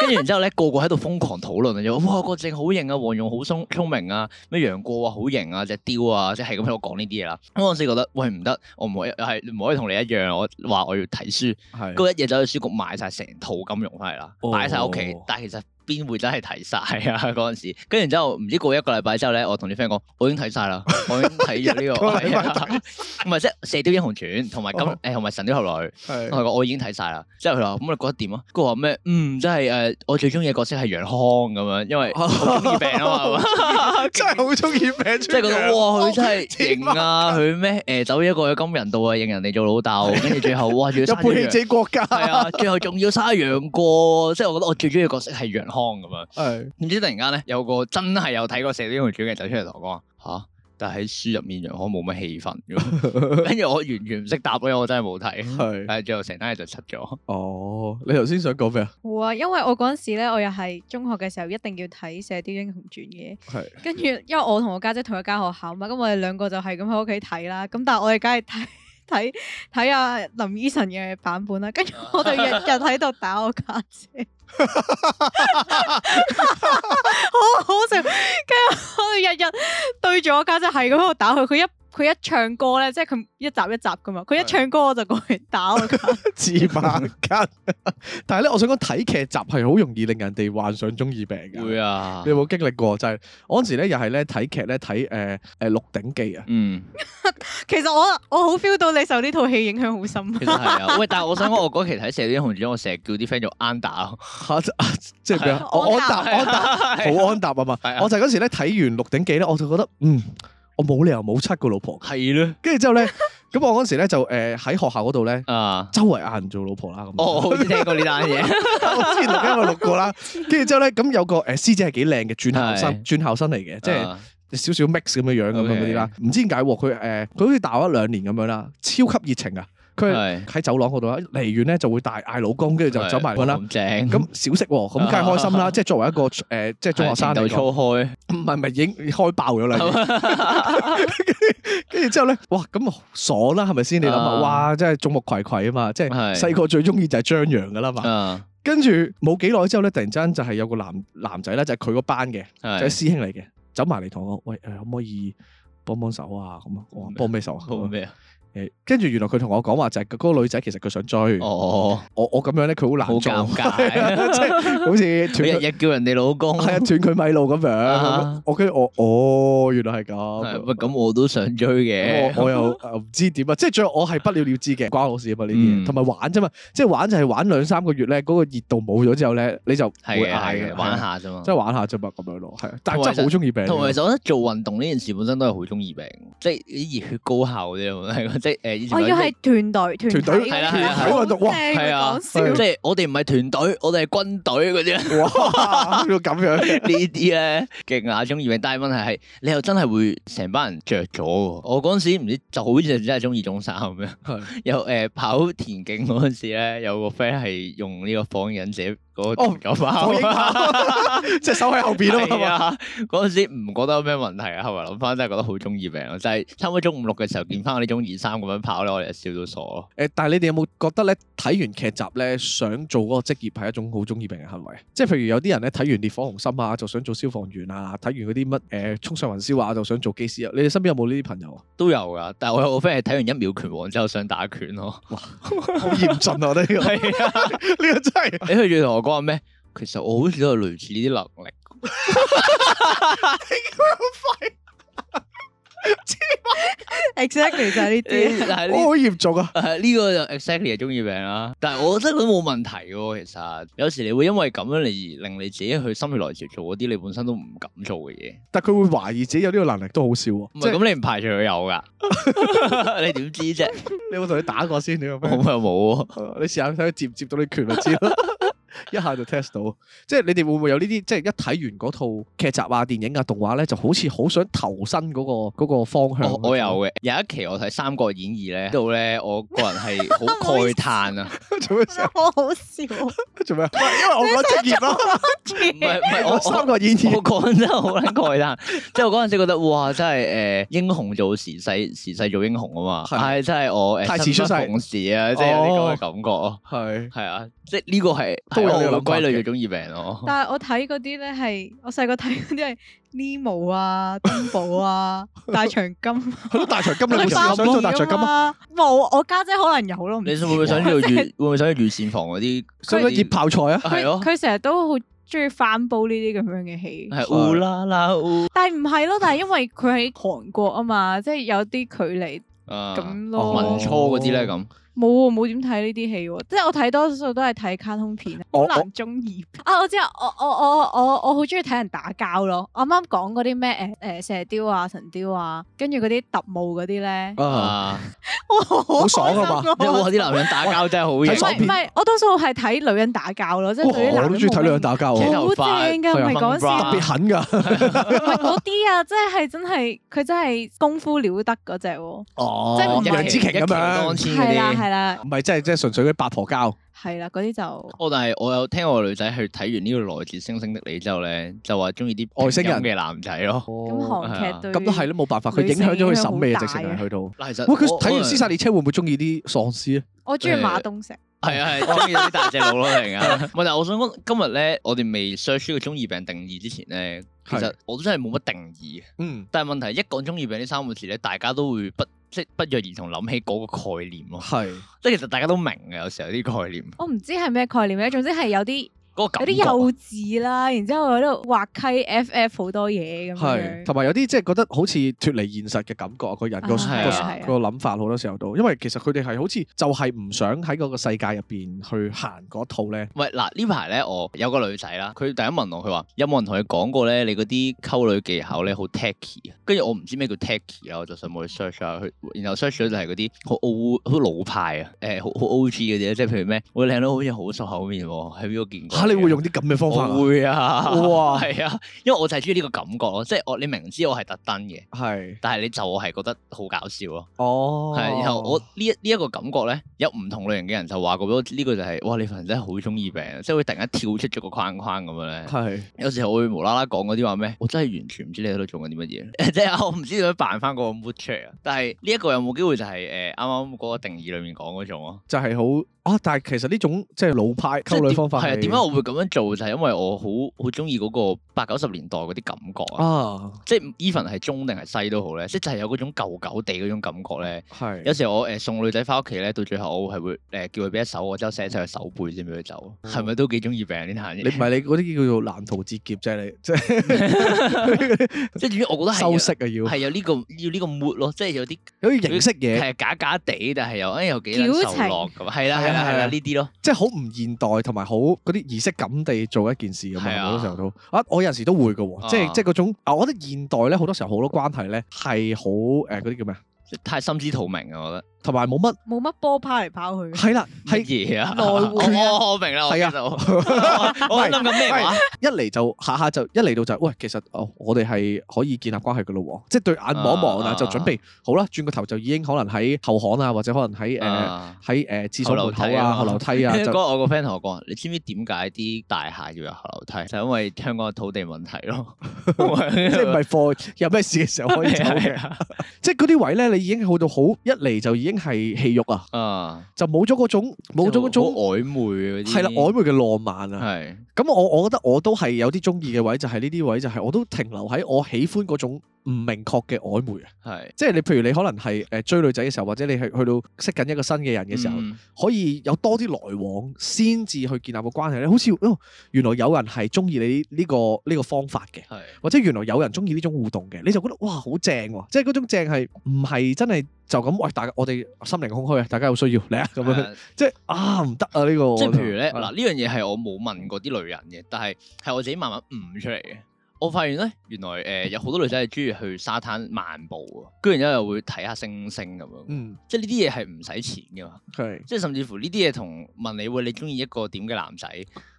C: 跟住然之後咧，個個喺度瘋狂討論啊！就話哇，郭靖好型啊，黃蓉好聰聰明啊，咩楊過啊好型啊，隻雕啊，即係咁喺度講呢啲嘢啦。咁我嗰陣時覺得喂唔得，我唔可以係唔可以同你一樣，我話我要睇書，
B: 係
C: 嗰一 嘢走去書局買晒成套金融翻嚟啦，
B: 哦
C: 擺晒屋企。但係其實邊會真係睇晒啊嗰陣時？跟住然之後唔知過一個禮拜之後咧，我同啲 friend 講，我已經睇晒 啦，我已經睇咗呢
B: 一個禮拜
C: 個，唔係即係《射雕英雄傳》同埋金
B: 哦
C: 誒同埋《神雕俠侶》。
B: 係
C: 我係講我已經睇晒啦，之後佢話咁你覺得點啊？佢話咩？嗯，即係誒，我最中意嘅角色係楊康咁樣，因為好中意病啊嘛，
B: 真係好中意名，
C: 即係 覺得哇，佢真係
B: 天
C: 型
B: 啊
C: 啊，佢咩誒走咗過去金人道啊，認人哋做 老豆，跟住最後哇，仲要
B: 有
C: 生咗
B: 背棄
C: 楊
B: 自己國家，
C: 係啊，最後仲要生楊過，即係我覺得我最中意嘅角色係楊康咁樣。
B: 係
C: 點知突然間咧，有個真係有睇過《射雕英雄傳》嘅人走出嚟同我講話吓，但係喺書入面楊康冇乜氣氛 㗎，跟住我完全唔識答咯，因為我真係冇睇。
B: 係
C: 但係最後成單嘢就出咗。
B: 哦，你頭先想講咩啊？
D: 冇啊，因為我嗰陣時咧，我又係中學嘅時候一定要睇《射雕英雄傳》嘅，
B: 係
D: 跟住因為我同我家姐同一間學校嘛，咁我哋兩個就係咁喺屋企睇啦，咁但係我哋梗係睇睇睇阿林依晨嘅版本啦，跟住我哋日日喺度打我家姐。好好笑，跟住我哋日日對住我家姐係咁喺度打佢，佢一佢一唱歌咧，即係佢一集一集噶嘛，佢一
C: 係
D: 唱歌我就過去打我架。
B: 自白間。 但係咧，我想講睇劇集係好容易令人哋患上中二病嘅。
C: 會啊
B: 你，有冇經歷過？就係、我嗰陣時咧，又係咧睇劇咧睇誒誒《鹿鼎記》啊。
C: 嗯，
D: 其實我我好 feel 到你受呢套戲影響好深。
C: 其實係啊。喂，但係我想講，我嗰期睇《射雕英雄傳》，我成日叫啲 friend 做安打咯，
B: 嚇！即係咩啊？我安
D: 安
B: 踏
D: 踏
B: 安踏
C: 係
B: 好安踏啊嘛
C: 係！啊
B: 我就係嗰時咧睇完《鹿鼎記》咧，我就覺得嗯，我冇理由冇七個老婆。
C: 係咧
B: 跟住之後咧，咁我嗰時咧就誒喺學校嗰度咧，
C: 啊！
B: 周圍嗌人做老婆啦咁。
C: 哦，我好似聽過呢單 嘢，
B: 我之前錄音我錄過啦。跟住之後咧，咁有個誒師姐係幾靚嘅，轉校生，
C: 係
B: 轉校生嚟嘅，即係
C: 啊
B: 少少 mix 咁樣樣咁樣
C: OK
B: 嗰啲啦。唔知點解喎？佢誒佢好似大我一兩年咁樣啦，超級熱情啊！佢係
C: 係
B: 喺走廊嗰度啦，啊離遠咧就會大嗌老公，跟住就走埋去啦。
C: 咁正，
B: 咁小息喎，咁
C: 啊
B: 梗係開心啦！即係作為一個誒、即係中學生嚟
C: 就
B: 講，
C: 粗開，
B: 唔係唔係已經開爆咗啦。跟住之後咧，哇咁爽啦，係咪先？你諗下，
C: 啊
B: 哇！真係眾目睽睽啊嘛，即係
C: 係
B: 細個最中意就係張揚噶啦嘛。
C: 啊，
B: 跟住冇幾耐之後咧，突然間就係有個男男仔咧，就係佢個班嘅，就係
C: 係
B: 師兄嚟嘅，走埋嚟同我講：喂，誒可唔可以幫幫手啊？咁啊，我話幫咩手啊？
C: 好咩啊？
B: 誒，跟住原來佢同我講話就係嗰個女仔其實佢想追我，
C: 哦，
B: 我咁樣咧佢好
C: 好
B: 難做，
C: 尷
B: 即
C: 尬，
B: 係好似
C: 你
B: 斷
C: 日日叫人哋老公，
B: 係啊，斷佢米路咁樣
C: 啊。
B: 我跟住我，哦，原來係
C: 係
B: 咁。
C: 喂咁啊我都想追嘅，
B: 我我又呃唔知點啊，即係最後我係不了了之嘅，關我事啊嘛呢啲嘢，
C: 嗯
B: 同埋玩啫嘛，即係玩就係玩兩三個月咧，嗰個熱度冇咗之後咧，你就唔
C: 係
B: 會
C: 嘅，
B: 嗌
C: 係
B: 嘅，
C: 嘅，玩
B: 係啊，
C: 下啫嘛
B: 即。係玩下啫嘛咁樣咯，係啊，但係
C: 同
B: 真
C: 埋
B: 係好中意病
C: 同埋
B: 嘅，
C: 其實我覺得做運動呢件事本身都係好中意病，即係啲熱血高校嗰啲係即係誒以前
D: 我要
C: 嗰啲
D: 係團隊
B: 團
D: 團
B: 隊
D: 體
C: 係啦啊
D: 嗰
C: 係
D: 啲
C: 啦
B: 係
D: 好
B: 啦哇
D: 正
C: 係啊
D: 講笑
C: 即係我哋唔係團隊，我哋係軍隊嗰 啲
B: 哇， 去到咁樣，
C: 呢啲咧勁眼中意病。但係問題係你又真係會成班人着咗喎。我嗰陣時唔知就好似真係中意中三咁樣， 有誒、呃跑田徑嗰陣時咧，有個 friend 係用呢個火影忍者嗰個
B: 哦
C: 電球包
B: 我 應該即係手喺後邊啊
C: 係
B: 嘛，
C: 啊！嗰陣時唔覺得有咩問題啊，後來諗翻真係覺得好中意病咯，就係差唔多中五六嘅時候見翻我呢種二三咁樣跑咧，我哋就笑到傻咯。
B: 誒，但係你哋有冇覺得咧睇完劇集咧，想做嗰個職業係一種好中意病嘅行為？即係譬如有啲人咧睇完《烈火雄心》啊，就想做消防員啊；睇完嗰啲乜誒衝上雲霄啊，就想做機師啊。你哋身邊有冇呢啲朋 友啊？
C: 都有噶，但係我有個 friend 係睇完一秒拳王之後想打拳咯。
B: 好嚴峻啊！呢個呢
C: 係啊，
B: 個真係
C: 你佢仲要同我講話咩？其實我好似都有類似呢啲能 力。
D: exactly 就係呢啲。
C: 但係
B: 我
C: 呢
B: 好嚴重啊！
C: 誒呢個就 exactly 係中意病啦。但係我覺得都冇問題喎。其實有時你會因為咁樣嚟令你自己去心血來潮做嗰啲你本身都唔敢做嘅嘢。
B: 但佢會懷疑自己有呢個能力都好笑喎
C: 唔，
B: 即
C: 係
B: 係
C: 咁，你唔排除佢有噶， 你點知啫？
B: 你有冇同佢打過先？你有
C: 我
B: 咩？
C: 又冇啊喎。
B: 你試下睇佢接唔接到你拳咪知咯， 一下就 test 到。即係你哋會唔會有呢啲？即係一睇完嗰套劇集啊、電影啊、動畫咧，就好似好想投身嗰、個嗰個方向。啊
C: 哦我我有嘅，有一期我睇《三國演義》咧，度咧我個人係好
D: 唔好
C: 慨
D: 意思
C: 嘆啊，
B: 做咩
D: 我
B: 事
D: 覺
B: 啊
D: 得 好 好笑，
B: 做咩啊？因為我講職業咯，
C: 唔係唔 係我
B: 我
C: 我
B: 三個演義
C: 我講真係好撚慨嘆， 即係我嗰陣時覺得哇，真係誒、呃英雄做時勢，時勢做英雄啊嘛，
B: 係
C: 係真係我誒
B: 太遲出世
C: 生不逢時啊，即係有啲咁嘅感覺咯，
B: 係
C: 係啊，即係呢個係
B: 都有呢個
C: 係我
B: 諗法
C: 歸類
B: 嘅
C: 做中意病咯，
D: 但係我睇嗰啲咧係我細個睇嗰啲係 Nemo 啊、東寶啊、 大長今啊、
B: 係咯，大長今你有冇
D: 你
B: 試過想做大長今啊？
D: 啊？冇，我家姐可能有咯。唔
C: 你
D: 知
C: 會唔會想 做御會唔會想做御膳房嗰啲？
B: 想唔想醃泡菜啊？
C: 係咯
D: 佢佢成日都好中意翻煲呢啲咁樣嘅戲。
C: 係
B: 啊
C: 烏啦啦烏
D: 但係唔係咯？但係因為佢喺韓國啊嘛，即係有啲距離
C: 啊
D: 咁
B: 哦
C: 文
D: 咯。
C: 初嗰啲咧咁。
D: 冇喎啊冇點睇呢啲戲喎，即係我睇多數都係睇卡通片，啊
B: 我
D: 好
B: 我
D: 難中意。 啊，我知啊，我我我我我好中意睇人打交咯。我啱啱講嗰啲咩誒誒射雕啊、神雕啊，跟住嗰啲特務嗰啲咧，
B: 啊，
C: 啊！
D: 哇好
B: 好爽啊嘛
D: 開心
C: 即係哇，啲男人打交真係好
D: 唔
B: 睇
C: 嘢，
B: 爽
D: 係唔
B: 片
D: 係，我多數係睇女人打交咯，即係對於
B: 哇我
D: 男
B: 都
D: 人
B: 中意睇女人打交
D: 好
B: 喎
C: 扯，頭髮
D: 正㗎，唔係講
C: 係
D: 笑
C: 啊
B: 特。別狠㗎。
D: 唔係嗰啲啊，即係真係佢真係功夫了得嗰只喎，
B: 哦
D: 即係唔係
B: 楊紫瓊咁
C: 一騎當
B: 樣，
C: 千嗰
D: 係啦
C: 啲，
D: 係啦，
B: 唔係即係即係純粹嗰啲八婆交。
D: 係啦，嗰啲就
C: 我哦但係我有聽過女仔去睇完呢個《來自星星的你》之後咧，就話中意啲
B: 外星人
C: 平飲嘅男仔咯。
D: 咁
C: 係
D: 韓
C: 啊
D: 劇對
B: 咁都哦係啦，冇辦法，佢
D: 女
B: 影
D: 性
B: 響咗佢
D: 影響
B: 審美啊，
D: 好
B: 直
D: 大
B: 情係
D: 啊
B: 去到。
C: 嗱，其實
B: 喂，佢睇完《屍殺
C: 你
B: 列車》會唔會中意啲喪屍啊？
D: 我中意
C: 誒
D: 馬東石。
C: 係啊係，中意啲大隻佬咯，突然間。唔係，但係我想講今日咧，我哋未 search 呢個中二病定義之前咧，其
B: 係
C: 實我都真係冇乜定義嘅。
B: 嗯，
C: 但係問題一講中二病呢三個字咧，大家都會不即係不約而同諗起嗰個概念咯。
B: 係。
C: 即係其實大家都明嘅，有時候啲概念
D: 我唔知係咩概念咧，總之係有啲
C: 嗰個
D: 有
C: 感
D: 啲
C: 覺啊。
D: 幼稚啦，然之後喺度滑稽 FF 好多嘢咁
B: 係，
D: 樣。
B: 同埋有啲即係覺得好似脱離現實嘅感覺啊！個人個個
D: 啊
C: 係啊
D: 係啊
B: 個諗法好多時候都，因為其實佢哋係好似就係唔想喺嗰個世界入邊去行嗰套咧。
C: 喂，嗱呢排咧，我有個女仔啦，佢第一問我，佢話有冇人同佢講過咧，你嗰啲溝女技巧咧好 tacky 啊？跟住我唔知咩叫 tacky 啦，我就上網去 search 下佢，然後 search 咗就係嗰啲好 O 好老派啊，誒、好好 O G 嗰啲，啊即係譬如咩，我靚到好似好熟口面喎，喺邊個見過嘅？
B: 嚇，你會用啲咁嘅方法啊
C: 我？會啊，
B: 哇
C: 係啊，因為我就係中意呢個感覺咯，即係我你明知我係特登嘅，
B: 係，
C: 但係你就係覺得好搞笑咯。
B: 哦，
C: 係，然後我呢一呢一個感覺咧，有唔同類型嘅人就話過俾我知，呢個就係哇你份人真係好中意病，啊即係會突然間跳出咗個框框咁樣咧。
B: 係
C: 有時候我會無啦啦講嗰啲話咩，我真係完全唔知你喺度做緊啲乜嘢， 即係我唔知點樣扮翻嗰個 mood 出嚟啊。但係呢一個有冇機會就係誒啱啱嗰個定義裡面講嗰種咯？
B: 就係好啊！但係其實呢種即係老派
C: 即係
B: 溝女
C: 點
B: 方法
C: 係啊？點解我會咁樣做就係因為我好好中意嗰個八九十年代嗰啲感覺啊！
B: 啊？
C: 即係 even 係中定係西都好咧，即係就係有嗰種舊舊地嗰種感覺咧。
B: 係
C: 有時候我誒、呃送女仔翻屋企咧，到最後我係會誒、呃叫佢俾一手我，之後寫晒佢手背先俾佢走，係咪都幾中意病呢下
B: 嗯你
C: 嘢？
B: 唔係你嗰啲叫做難逃之劫啫，你即係
C: 即係總之我覺得係
B: 修
C: 有
B: 飾啊要，
C: 係有呢、個要呢個 mood 咯，即係有啲
B: 有啲形式嘢，
C: 係假假地，但係又誒又幾撚
D: 矯
C: 受
D: 情
C: 落咁，係啦
B: 係啊係
C: 係啦係
B: 啊
C: 啦呢啲咯，
B: 即係好唔現代，同埋好嗰啲儀式感地做一件事咁
C: 係
B: 啊！
C: 啊
B: 好多時候都啊，我有陣時都會嘅喎，即係
C: 啊
B: 即係嗰種啊，我覺得現代咧好多時候好多關係咧係好誒嗰啲叫咩啊，
C: 即係太心知肚明啊！我覺得
B: 同埋冇乜
D: 冇乜波拋嚟拋去。
B: 係啦，
C: 嗯係
B: 係
C: 嘢啊，
D: 來回啊
C: 我我我明啦，我
B: 係啊
C: 知道我我諗緊咩話？
B: 一嚟就下下就一嚟到就喂，其實哦，我哋係可以建立關係嘅咯喎，即係對眼望一望
C: 啊
B: 啦，就準備好啦，轉個頭就已經可能喺後巷啊，或者可能喺誒
C: 啊
B: 喺誒廁所門口啊、後樓梯啊，
C: 嗰
B: 就
C: 個我個 friend 同我講，你知唔知點解啲大廈要有後樓梯？就因為香港嘅土地問題咯， 即
B: 即係唔係
C: 係
B: 貨有咩事嘅時候可以走嘅。 即係啊嗰啲位咧，你已經去到好一嚟就已經係戲肉啊，
C: 啊，
B: 就冇咗嗰種冇咗嗰
C: 好
B: 種
C: 曖昧嗰啲，
B: 係啦曖昧嘅浪漫啊。
C: 昧係
B: 咁我我覺得我都係有啲中意嘅位，就係呢啲位就係我都停留喺我喜歡嗰種唔明確嘅曖昧啊。
C: 係
B: 即係你譬如你可能係誒追女仔嘅時候，或者你係去到識緊一個新嘅人嘅時候，
C: 嗯
B: 可以有多啲來往先至去建立個關係咧。好似哦，原來有人係中意你呢個呢個方法嘅。
C: 係
B: 或者原來有人中意呢種互動嘅，你就覺得哇好正喎！即係嗰種正係唔係真係就咁喂大家我哋心靈空虛啊，大家有需要嚟啊咁
C: 係
B: 樣，
C: 啊
B: 即係啊唔得啊呢個。
C: 即係譬如咧，嗱
B: 啊
C: 呢樣嘢係我冇問過啲女人嘅，但係係我自己慢慢悟出嚟嘅。我發現咧，原來誒、呃有好多女仔係中意去沙灘漫步啊，跟住然之後又會睇下星星咁樣，
B: 嗯
C: 即係呢啲嘢係唔使錢嘅嘛。
B: 係
C: 即係甚至乎呢啲嘢同問你喂你中意一個點嘅男仔，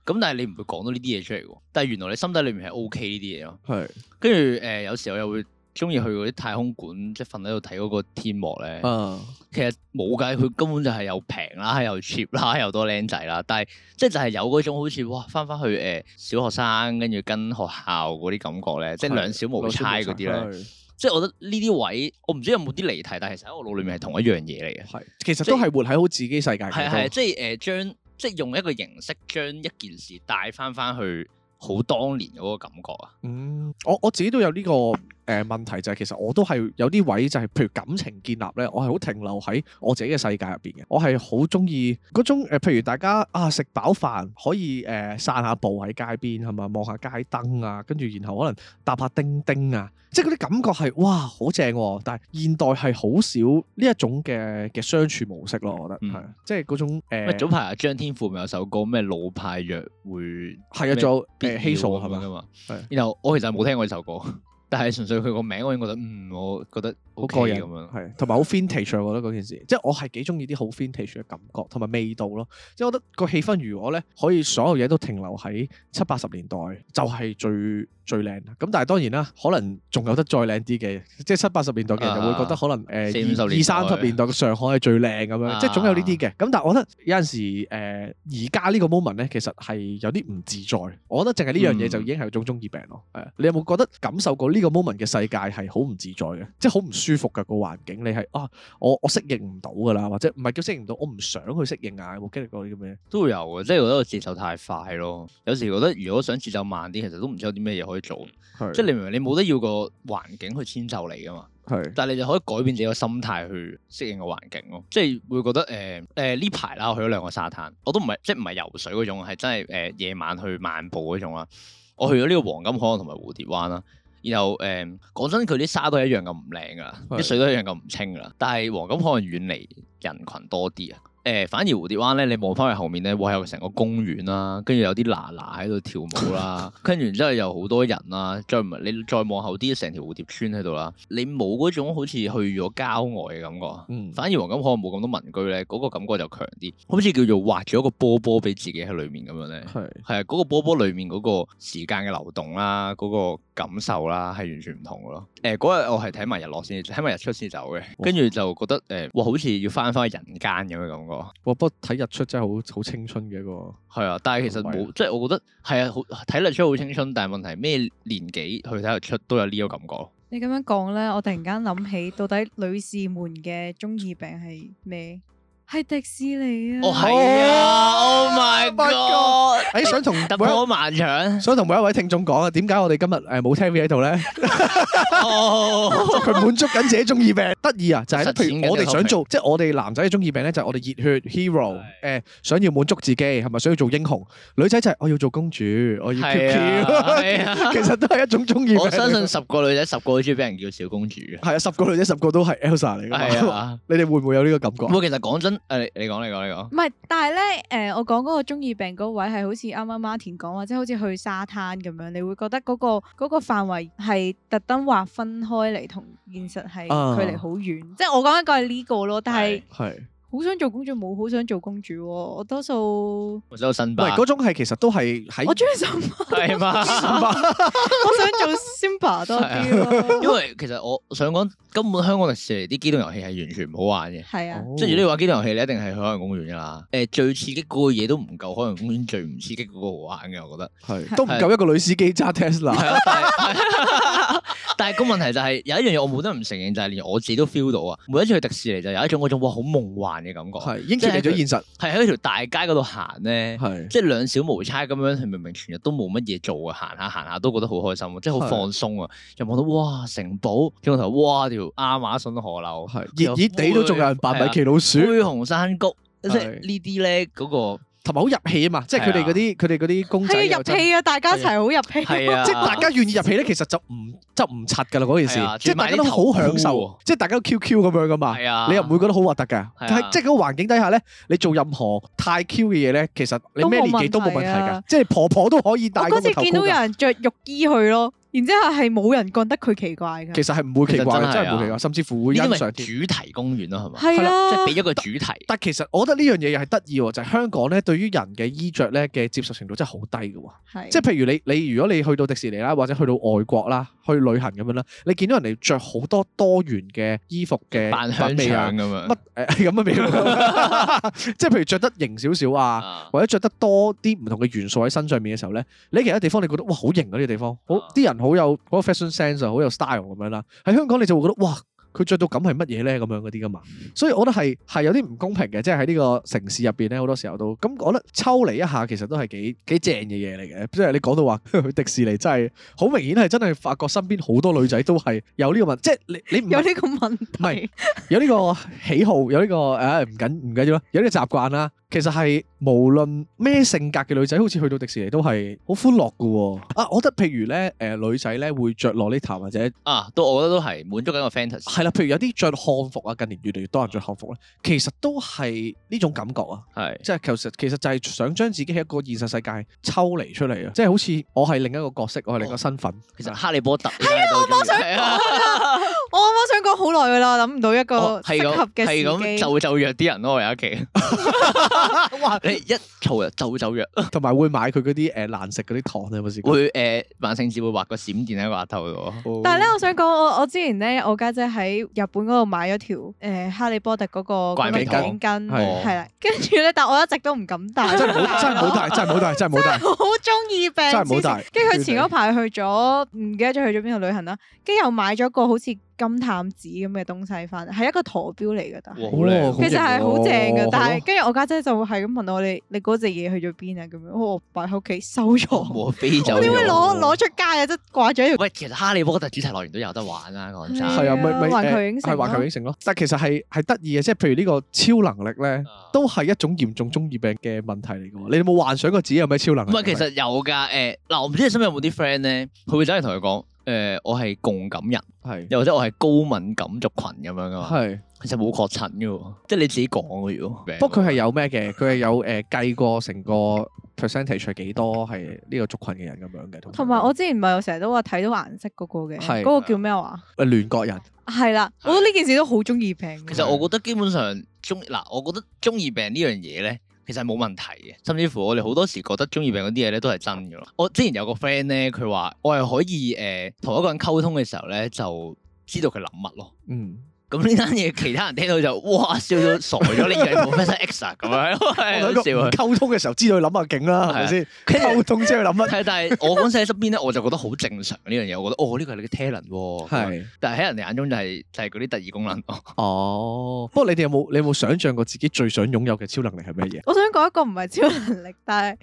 C: 咁但係你唔會講到呢啲嘢出嚟喎。但係原來你心底裏面係 O K 呢啲嘢咯。
B: 係
C: 跟住誒有時候又會中意去嗰啲太空館，即係瞓喺度睇嗰個天幕咧。
B: 啊
C: 其實冇計，佢根本就係又平啦，又 cheap 啦，又多僆仔啦。但係即係就係有嗰種好似哇翻翻去誒、呃小學生，跟住跟學校嗰啲感覺咧，即係兩小無猜嗰啲咧。
B: 係
C: 即係我覺得呢啲位，我唔知有冇啲離題，但係其實喺我腦裏面係同一樣嘢嚟嘅。
B: 係其實都係活喺好自己世界
C: 係
B: 嘅。
C: 係，即係誒、呃、將即係用一個形式將一件事帶翻翻去好當年嗰個感覺啊。
B: 嗯，我我自己都有呢、個誒、呃、問題，就係、其實我都係有啲位就係、譬如感情建立咧，我係好停留喺我自己嘅世界入邊嘅，我係好中意嗰種、呃、譬如大家啊食飽飯可以誒、呃散下步喺街邊係嘛，望下街燈啊，跟住然後可能搭下叮叮啊，即係嗰啲感覺係哇好正喎！但係現代係好少呢一種嘅嘅相處模式咯，我覺得
C: 嗯
B: 係、啊即係嗰種呃誒
C: 咩、早排啊張天賦咪有首歌咩老派約會
B: 係啊，仲有
C: 必要
B: 誒希數
C: 咁
B: 係
C: 樣
B: 嘛，
C: 噶嘛
B: 係。
C: 然後我其實冇聽過呢首歌， 但係純粹佢個名我已經覺得嗯，我覺得
B: 好
C: O
B: 過
C: K
B: 癮
C: 咁樣。
B: 係，同埋好 vintage 啊我覺得嗰件事，即係我係幾中意啲好 vintage 嘅感覺同埋味道咯。即係我覺得個氣氛如果咧，可以所有嘢都停留喺七八十年代，就係、最最靚啦。咁但係當然啦，可能仲有得再靚啲嘅，即係七八十年代嘅人就會覺得可能
C: 啊四五
B: 誒
C: 十年
B: 二
C: 代
B: 二三十年代嘅上海係最靚咁樣，
C: 啊
B: 即係總有呢啲嘅。咁但係我覺得有陣時誒而家呢個 moment 咧，其實係有啲唔自在。我覺得淨係呢樣嘢
C: 嗯
B: 就已經係一種中二病咯。係啊你有冇覺得感受過呢個 moment 嘅世界係好唔自在嘅，即係好唔舒服㗎個環境？你係啊，我我適應唔到㗎啦，或者唔係叫適應唔到，我唔想去適應啊。有冇經歷過呢啲咩？
C: 都會有嘅，即係覺得我節奏太快咯。有時覺得如果想節奏慢啲，其實都唔知有啲咩嘢可以做。即係你明唔明？你冇得要個環境去遷就你噶嘛，
B: 係
C: 但係你就可以改變自己個心態去適應個環境咯。即係會覺得誒誒呢排啦，我去咗兩個沙灘，我都唔係即係唔係游水嗰種，係真係誒、呃夜晚去漫步嗰種啦。我去咗呢個黃金海岸同埋蝴蝶灣啦。然後誒講、真，佢啲沙都係一樣咁唔靚噶啦，
B: 係
C: 啲水都係一樣咁唔清噶啦。但係黃金海岸遠離人群多啲啊。誒、反而蝴蝶灣咧，你望翻去後面咧，會有成個公園啦，跟住有啲嗱嗱喺度跳舞啦，跟住然之後又好多人啦，再唔係你再望後啲，成條蝴蝶村喺度啦，你冇嗰種好似去咗郊外嘅感覺啊。
B: 嗯
C: 反而黃金海岸冇咁多民居咧，嗰、個感覺就強啲，好似叫做畫咗一個波波俾自己喺裏面咁樣咧。
B: 係。
C: 係啊，嗰、個波波裡面嗰個時間嘅流動啦，嗰、個感受啦，係完全唔同嘅咯。誒、嗰日我係睇埋日落先，睇埋日出先走嘅，跟住就覺得誒、哇，好似要翻返去人間咁嘅感覺。
B: 哇！不過睇日出真係好好青春嘅一個，
C: 係啊，但係其實
B: 唔係
C: 冇，即係我覺得係啊，好睇日出好青春，但係問題咩年紀去睇日出都有呢個感覺咯。
D: 你咁樣講咧，我突然間諗起，到底女士們嘅中二病係咩？係迪士尼啊！
C: 哦，係啊，Oh my
B: my
C: god！
B: 誒哎想 同
C: 突
B: 每一
C: 破萬場，
B: 想同每一位聽眾講啊，點解我哋今日誒冇 Terry 喺度咧？
C: 哦，
B: 佢滿足緊自己中二病，得意啊！就係、
C: 實踐緊
B: 譬如我哋想做，即係我哋男仔嘅中二病咧，就係我哋熱血 hero，誒、想要滿足自己，係咪想要做英雄？女仔就係我要做公主，我要 Q
C: 係啊
B: Q，
C: 係啊
B: 其實都係一種中二病。
C: 我相信十個女仔十個都中意俾人叫小公主 嘅。
B: 係啊，十個女仔十個都係 Elsa 嚟㗎
C: 係
B: 嘛。
C: 啊，
B: 你哋會唔會有呢個感覺？
C: 喂，其實講真，誒，你你講，你講，你講。
D: 唔係，但係咧，誒、我講嗰個中二病嗰位係好似啱啱 Martin 講話，即係好似去沙灘咁樣，你會覺得嗰、個嗰、個範圍係特登劃分開嚟，同現實係
B: 啊
D: 距離好遠。即係我講一個係呢個咯，但係
C: 係
B: 係。
D: 好想做公主冇好想做公主喎、我多數
C: 我想新
B: 喂，
C: 巴，
B: 嗰種係其實都係喺
D: 我中意 Simba，
C: 係嘛？
D: 哎 我想做 Simba 多 啲
C: 因
D: 咯。
C: 為其實我想講，根本香港迪士尼啲機動遊戲係完全唔好玩
B: 哦
C: 嘅。
D: 係啊，
C: 即係如果你玩機動遊戲，你一定係去海洋公園噶啦。誒、最刺激嗰個嘢都唔夠海洋公園最唔刺激嗰個好玩嘅，我覺得。
B: 係都唔夠一個女司機揸 Tesla。
C: 係啊，但係但係個問題就係、有一樣嘢我冇得唔承認，就係、連我自己都 feel 到啊！每一次去迪士尼就有一種嗰種哇好夢幻嘅感覺，
B: 係已經脱離咗現實，
C: 係喺條大街嗰度行咧。
B: 係
C: 即係兩小無猜咁樣，佢明明全日都冇乜嘢做啊，行下行下都覺得好開心啊，即係好
B: 係
C: 放鬆啊！又望到哇城堡，轉個頭哇條亞馬遜河流，
B: 係熱熱地都仲有人扮米奇老鼠，
C: 灰熊山谷，即係
B: 係
C: 呢啲咧嗰個
B: 同埋好入戲啊嘛！即係佢哋嗰啲佢哋嗰啲公仔
D: 係啊，
B: 又
D: 入
B: 真
D: 戲啊，大家一齊好入戲。
C: 係啊，
B: 即係大家願意入戲咧，其實就唔就唔柒噶啦嗰件
C: 係啊
B: 事，即係
C: 仲要
B: 大家
C: 買啲
B: 都好享
C: 頭箍
B: 受
C: 喎，
B: 即係大家都 QQ 咁樣噶嘛。
C: 係啊，
B: 你又唔會覺得好核突㗎？但係即係嗰個環境底下咧，你做任何太 Q 嘅嘢咧，其實你咩年紀都冇問題
D: 都冇問題
B: 㗎
D: 啊，
B: 即係婆婆都可以戴
D: 我
B: 嗰個
D: 嗰
B: 頭
D: 次
B: 箍
D: 見到有
B: 㗎。
D: 人着浴衣去咯，然之後係冇人覺得佢奇怪㗎
B: 其。實係唔會奇怪
C: 其
B: 嘅，真
C: 實真係啊
B: 係唔會奇怪，甚至乎會
C: 呢
B: 欣
C: 啲
B: 賞
C: 咪
B: 添。
C: 主題公園咯，係嘛？
D: 係啊
C: 即係俾咗個主題。
B: 但其實我覺得呢樣嘢又係得意喎，就係香港咧對於人嘅衣着咧嘅接受程度真係好低㗎喎。
D: 係
B: 即係譬如你你如果你去到迪士尼啦，或者去到外國啦，去旅行咁樣啦，你見到人哋着好多多元嘅衣服嘅
C: 扮
B: 品
C: 香
B: 味啊
C: 腸咁，
B: 乜
C: 樣，
B: 誒係咁嘅味道， 即係譬如着得型少少啊。
C: 啊
B: 或者着得多啲唔同嘅元素喺身上面嘅時候咧，你喺其他地方你覺得哇好型啊呢個地方，好
C: 啊
B: 啲人好有嗰個 fashion sense 啊，好有 style 咁樣啦。喺香港你就會覺得哇佢着到咁係乜嘢咧咁樣嗰啲噶嘛，所以我覺得係係有啲唔公平嘅，即係喺呢個城市入邊咧好多時候都咁，我覺得抽離一下其實都係幾幾正嘅嘢嚟嘅，即係你講到話 去迪士尼真係好明顯係真係發覺身邊好多女仔都係有呢個問，即係你你唔係
D: 有呢個問
B: 唔係
D: 題，
B: 有呢個喜好，有呢、個誒唔緊唔緊要啦，有呢個習慣啦。其實係無論咩性格嘅女仔，好似去到迪士尼都係好歡樂嘅喎。啊，我覺得譬如咧誒、呃女仔咧會着洛麗塔或者
C: 啊？都我覺得都係滿足緊個 fantasy。
B: 係啦，譬如有啲着漢服啊，近年越嚟越多人着漢服咧，其實都係呢種感覺啊。
C: 係
B: 即係其實其實就係想將自己喺一個現實世界抽離出嚟啊！即係好似我係另一個角色，我係另一個身份。
C: 哦其實哈利波特係啊，我
D: 我想 我啱啱想
B: 哦
D: 講好耐噶啦，諗唔到一個
C: 哦係
D: 適合
C: 咁
D: 嘅
C: 係咁
D: 時機。
C: 就就約啲人咯，我有一期
B: 哇！
C: 你一嘈就走走藥，
B: 同埋會買佢嗰啲誒呃難食嗰啲糖，你有冇試過？
C: 會誒萬聖節會畫個閃電喺個額頭度。
B: 哦
D: 但係咧，我想講，我我之前咧，我家姐喺日本嗰度買咗條誒哈利波特嗰個
C: 怪
D: 嗰個
C: 味糖
D: 頸巾，
B: 係
D: 係啦，跟住咧，但我一直都唔敢戴，
B: 哦真係唔好，真係唔好戴，真係唔好戴，真係唔好戴。
D: 好中意病，
B: 真係唔好戴
D: 跟住佢前嗰排去咗，唔記得咗去咗邊度旅行啦，跟住又買咗個好似金探子咁嘅東西翻嚟，係一個陀錶嚟嘅，但係
C: 哇好靚
B: 哦
D: 其實係好正
B: 型
D: 嘅
B: 喎，
D: 但
B: 係
D: 係
B: 咯
D: 跟住我家姐就會係咁問我你你嗰隻嘢去咗邊啊咁樣，我擺喺屋企收藏。
C: 我飛走
D: 我點會
C: 咗。
D: 攞攞出街啊？即係掛咗喺 條
C: 喂，其實哈利波特主題樂園都有得玩啦，講真。
B: 係啊，咪咪
D: 環球
B: 誒
D: 影城
B: 係環球
D: 咯
B: 影城咯。但其實係係得意嘅，即係譬如呢個超能力咧，
C: 啊
B: 都係一種嚴重中二病嘅問題嚟嘅喎。你有冇幻想過自己有咩超能力？
C: 唔係，其實有㗎。誒，嗱，我唔知你身邊有冇啲 friend 咧，佢會走嚟同佢講，誒，我係共感人，
B: 係
C: 又或者我係高敏感族群咁樣㗎嘛。
B: 係，
C: 其實冇確診嘅喎，即係你自己講嘅如果。
B: 不過佢係有咩嘅？佢係有誒計過成個 percentage 係幾多係呢個族群嘅人咁樣嘅。常
D: 同埋我之前唔係我成日都話睇到顏色嗰個嘅，
B: 係啊
D: 嗰個叫咩話？
B: 誒聯國人
D: 係啦，我覺得呢件事都好中意病嘅。
C: 其實我覺得基本上中嗱，我覺得中二病呢樣嘢咧，其實係冇問題嘅。甚至乎我哋好多時覺得中二病嗰啲嘢咧都係真嘅咯。我之前有個 friend 咧，佢話我係可以誒同、一個人溝通嘅時候咧，就知道佢諗乜咯。
B: 嗯。
C: 咁呢單嘢其他人聽到就哇笑到傻咗，你以為 Professor X 啊咁樣， 係
B: 我
C: 好
B: 諗
C: 笑
B: 過
C: 啊！
B: 溝通嘅時候知道佢諗下勁啦，係咪先？
C: 跟住
B: 溝通即係諗乜？
C: 係，但係我嗰陣時喺身邊咧，我就覺得好正常呢樣嘢。我覺得哦，呢個係你嘅 talent 喎。咁樣，
B: 係
C: 但係喺人哋眼中就係、就係嗰啲特異功能咯。
B: 哦。不過你哋有冇你有冇想象過自己最想擁有嘅超能力係咩嘢？
D: 我想講一個唔係超能力，但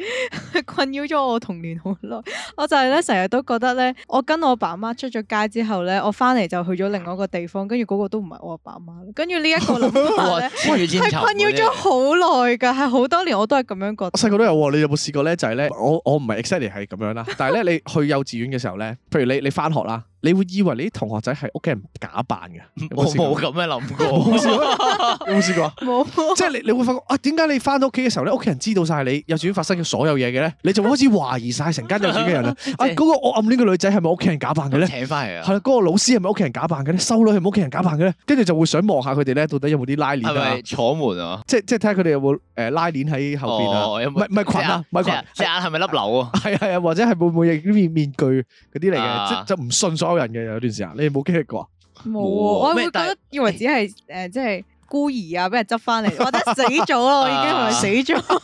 D: 係 困擾咗我童年好耐。我就係咧成日都覺得咧，我跟我爸媽出咗街之後咧，我翻嚟就去咗另外一個地方，跟住嗰個都唔係我阿爸媽啦。跟住呢一個諗法
C: 哇
D: 咧，，
C: 千與千尋
D: 係困擾咗好耐㗎，係好多年我都係咁樣覺
B: 我細個都有喎，你有冇試過咧？就係咧，我我唔係 exactly 係咁樣 啦，但係咧，你去幼稚園嘅時候咧，譬如你你翻學啦，你會以為你啲同學仔係屋企人假扮嘅，有
C: 嗯我
B: 冇試過
C: 冇咁樣諗
B: 冇試
C: 過，
B: 過，有冇試過？
D: 得冇。
B: 即係你你會發覺啊，點解你翻到屋企嘅時候咧，屋企人知道晒你幼稚園發生嘅所有嘢嘅咧，你就會開始懷疑晒成間 幼稚園嘅人啦。啊，
C: 即係
B: 嗰個我暗戀嘅女仔係咪屋企人假扮嘅咧？
C: 請翻嚟
B: 係啦，
C: 啊，
B: 嗰個老師係咪屋企人假扮嘅咧？修女係咪屋企人假扮嘅咧？跟住就會想望下佢哋咧，到底有冇啲拉鏈
C: 係
B: 啊
C: 咪？坐門啊？
B: 即即係睇下佢哋有冇誒拉鏈喺後邊啊？
C: 哦有
B: 唔係
C: 冇
B: 唔係裙啊，唔係裙。
C: 隻眼係咪粒瘤 啊？
B: 係啊係啊，或者係會唔會有啲面面具嗰啲嚟嘅，
C: 啊
B: 即就唔信所有人嘅有段時間，你有冇經歷過？
D: 冇
C: 冇啊
D: 啊！我
C: 咩
D: 會覺
C: 但係
D: 得以為 只係誒，即係孤兒啊，俾人執翻嚟，或者死咗咯，我已經係
C: 啊
D: 咪 死咗？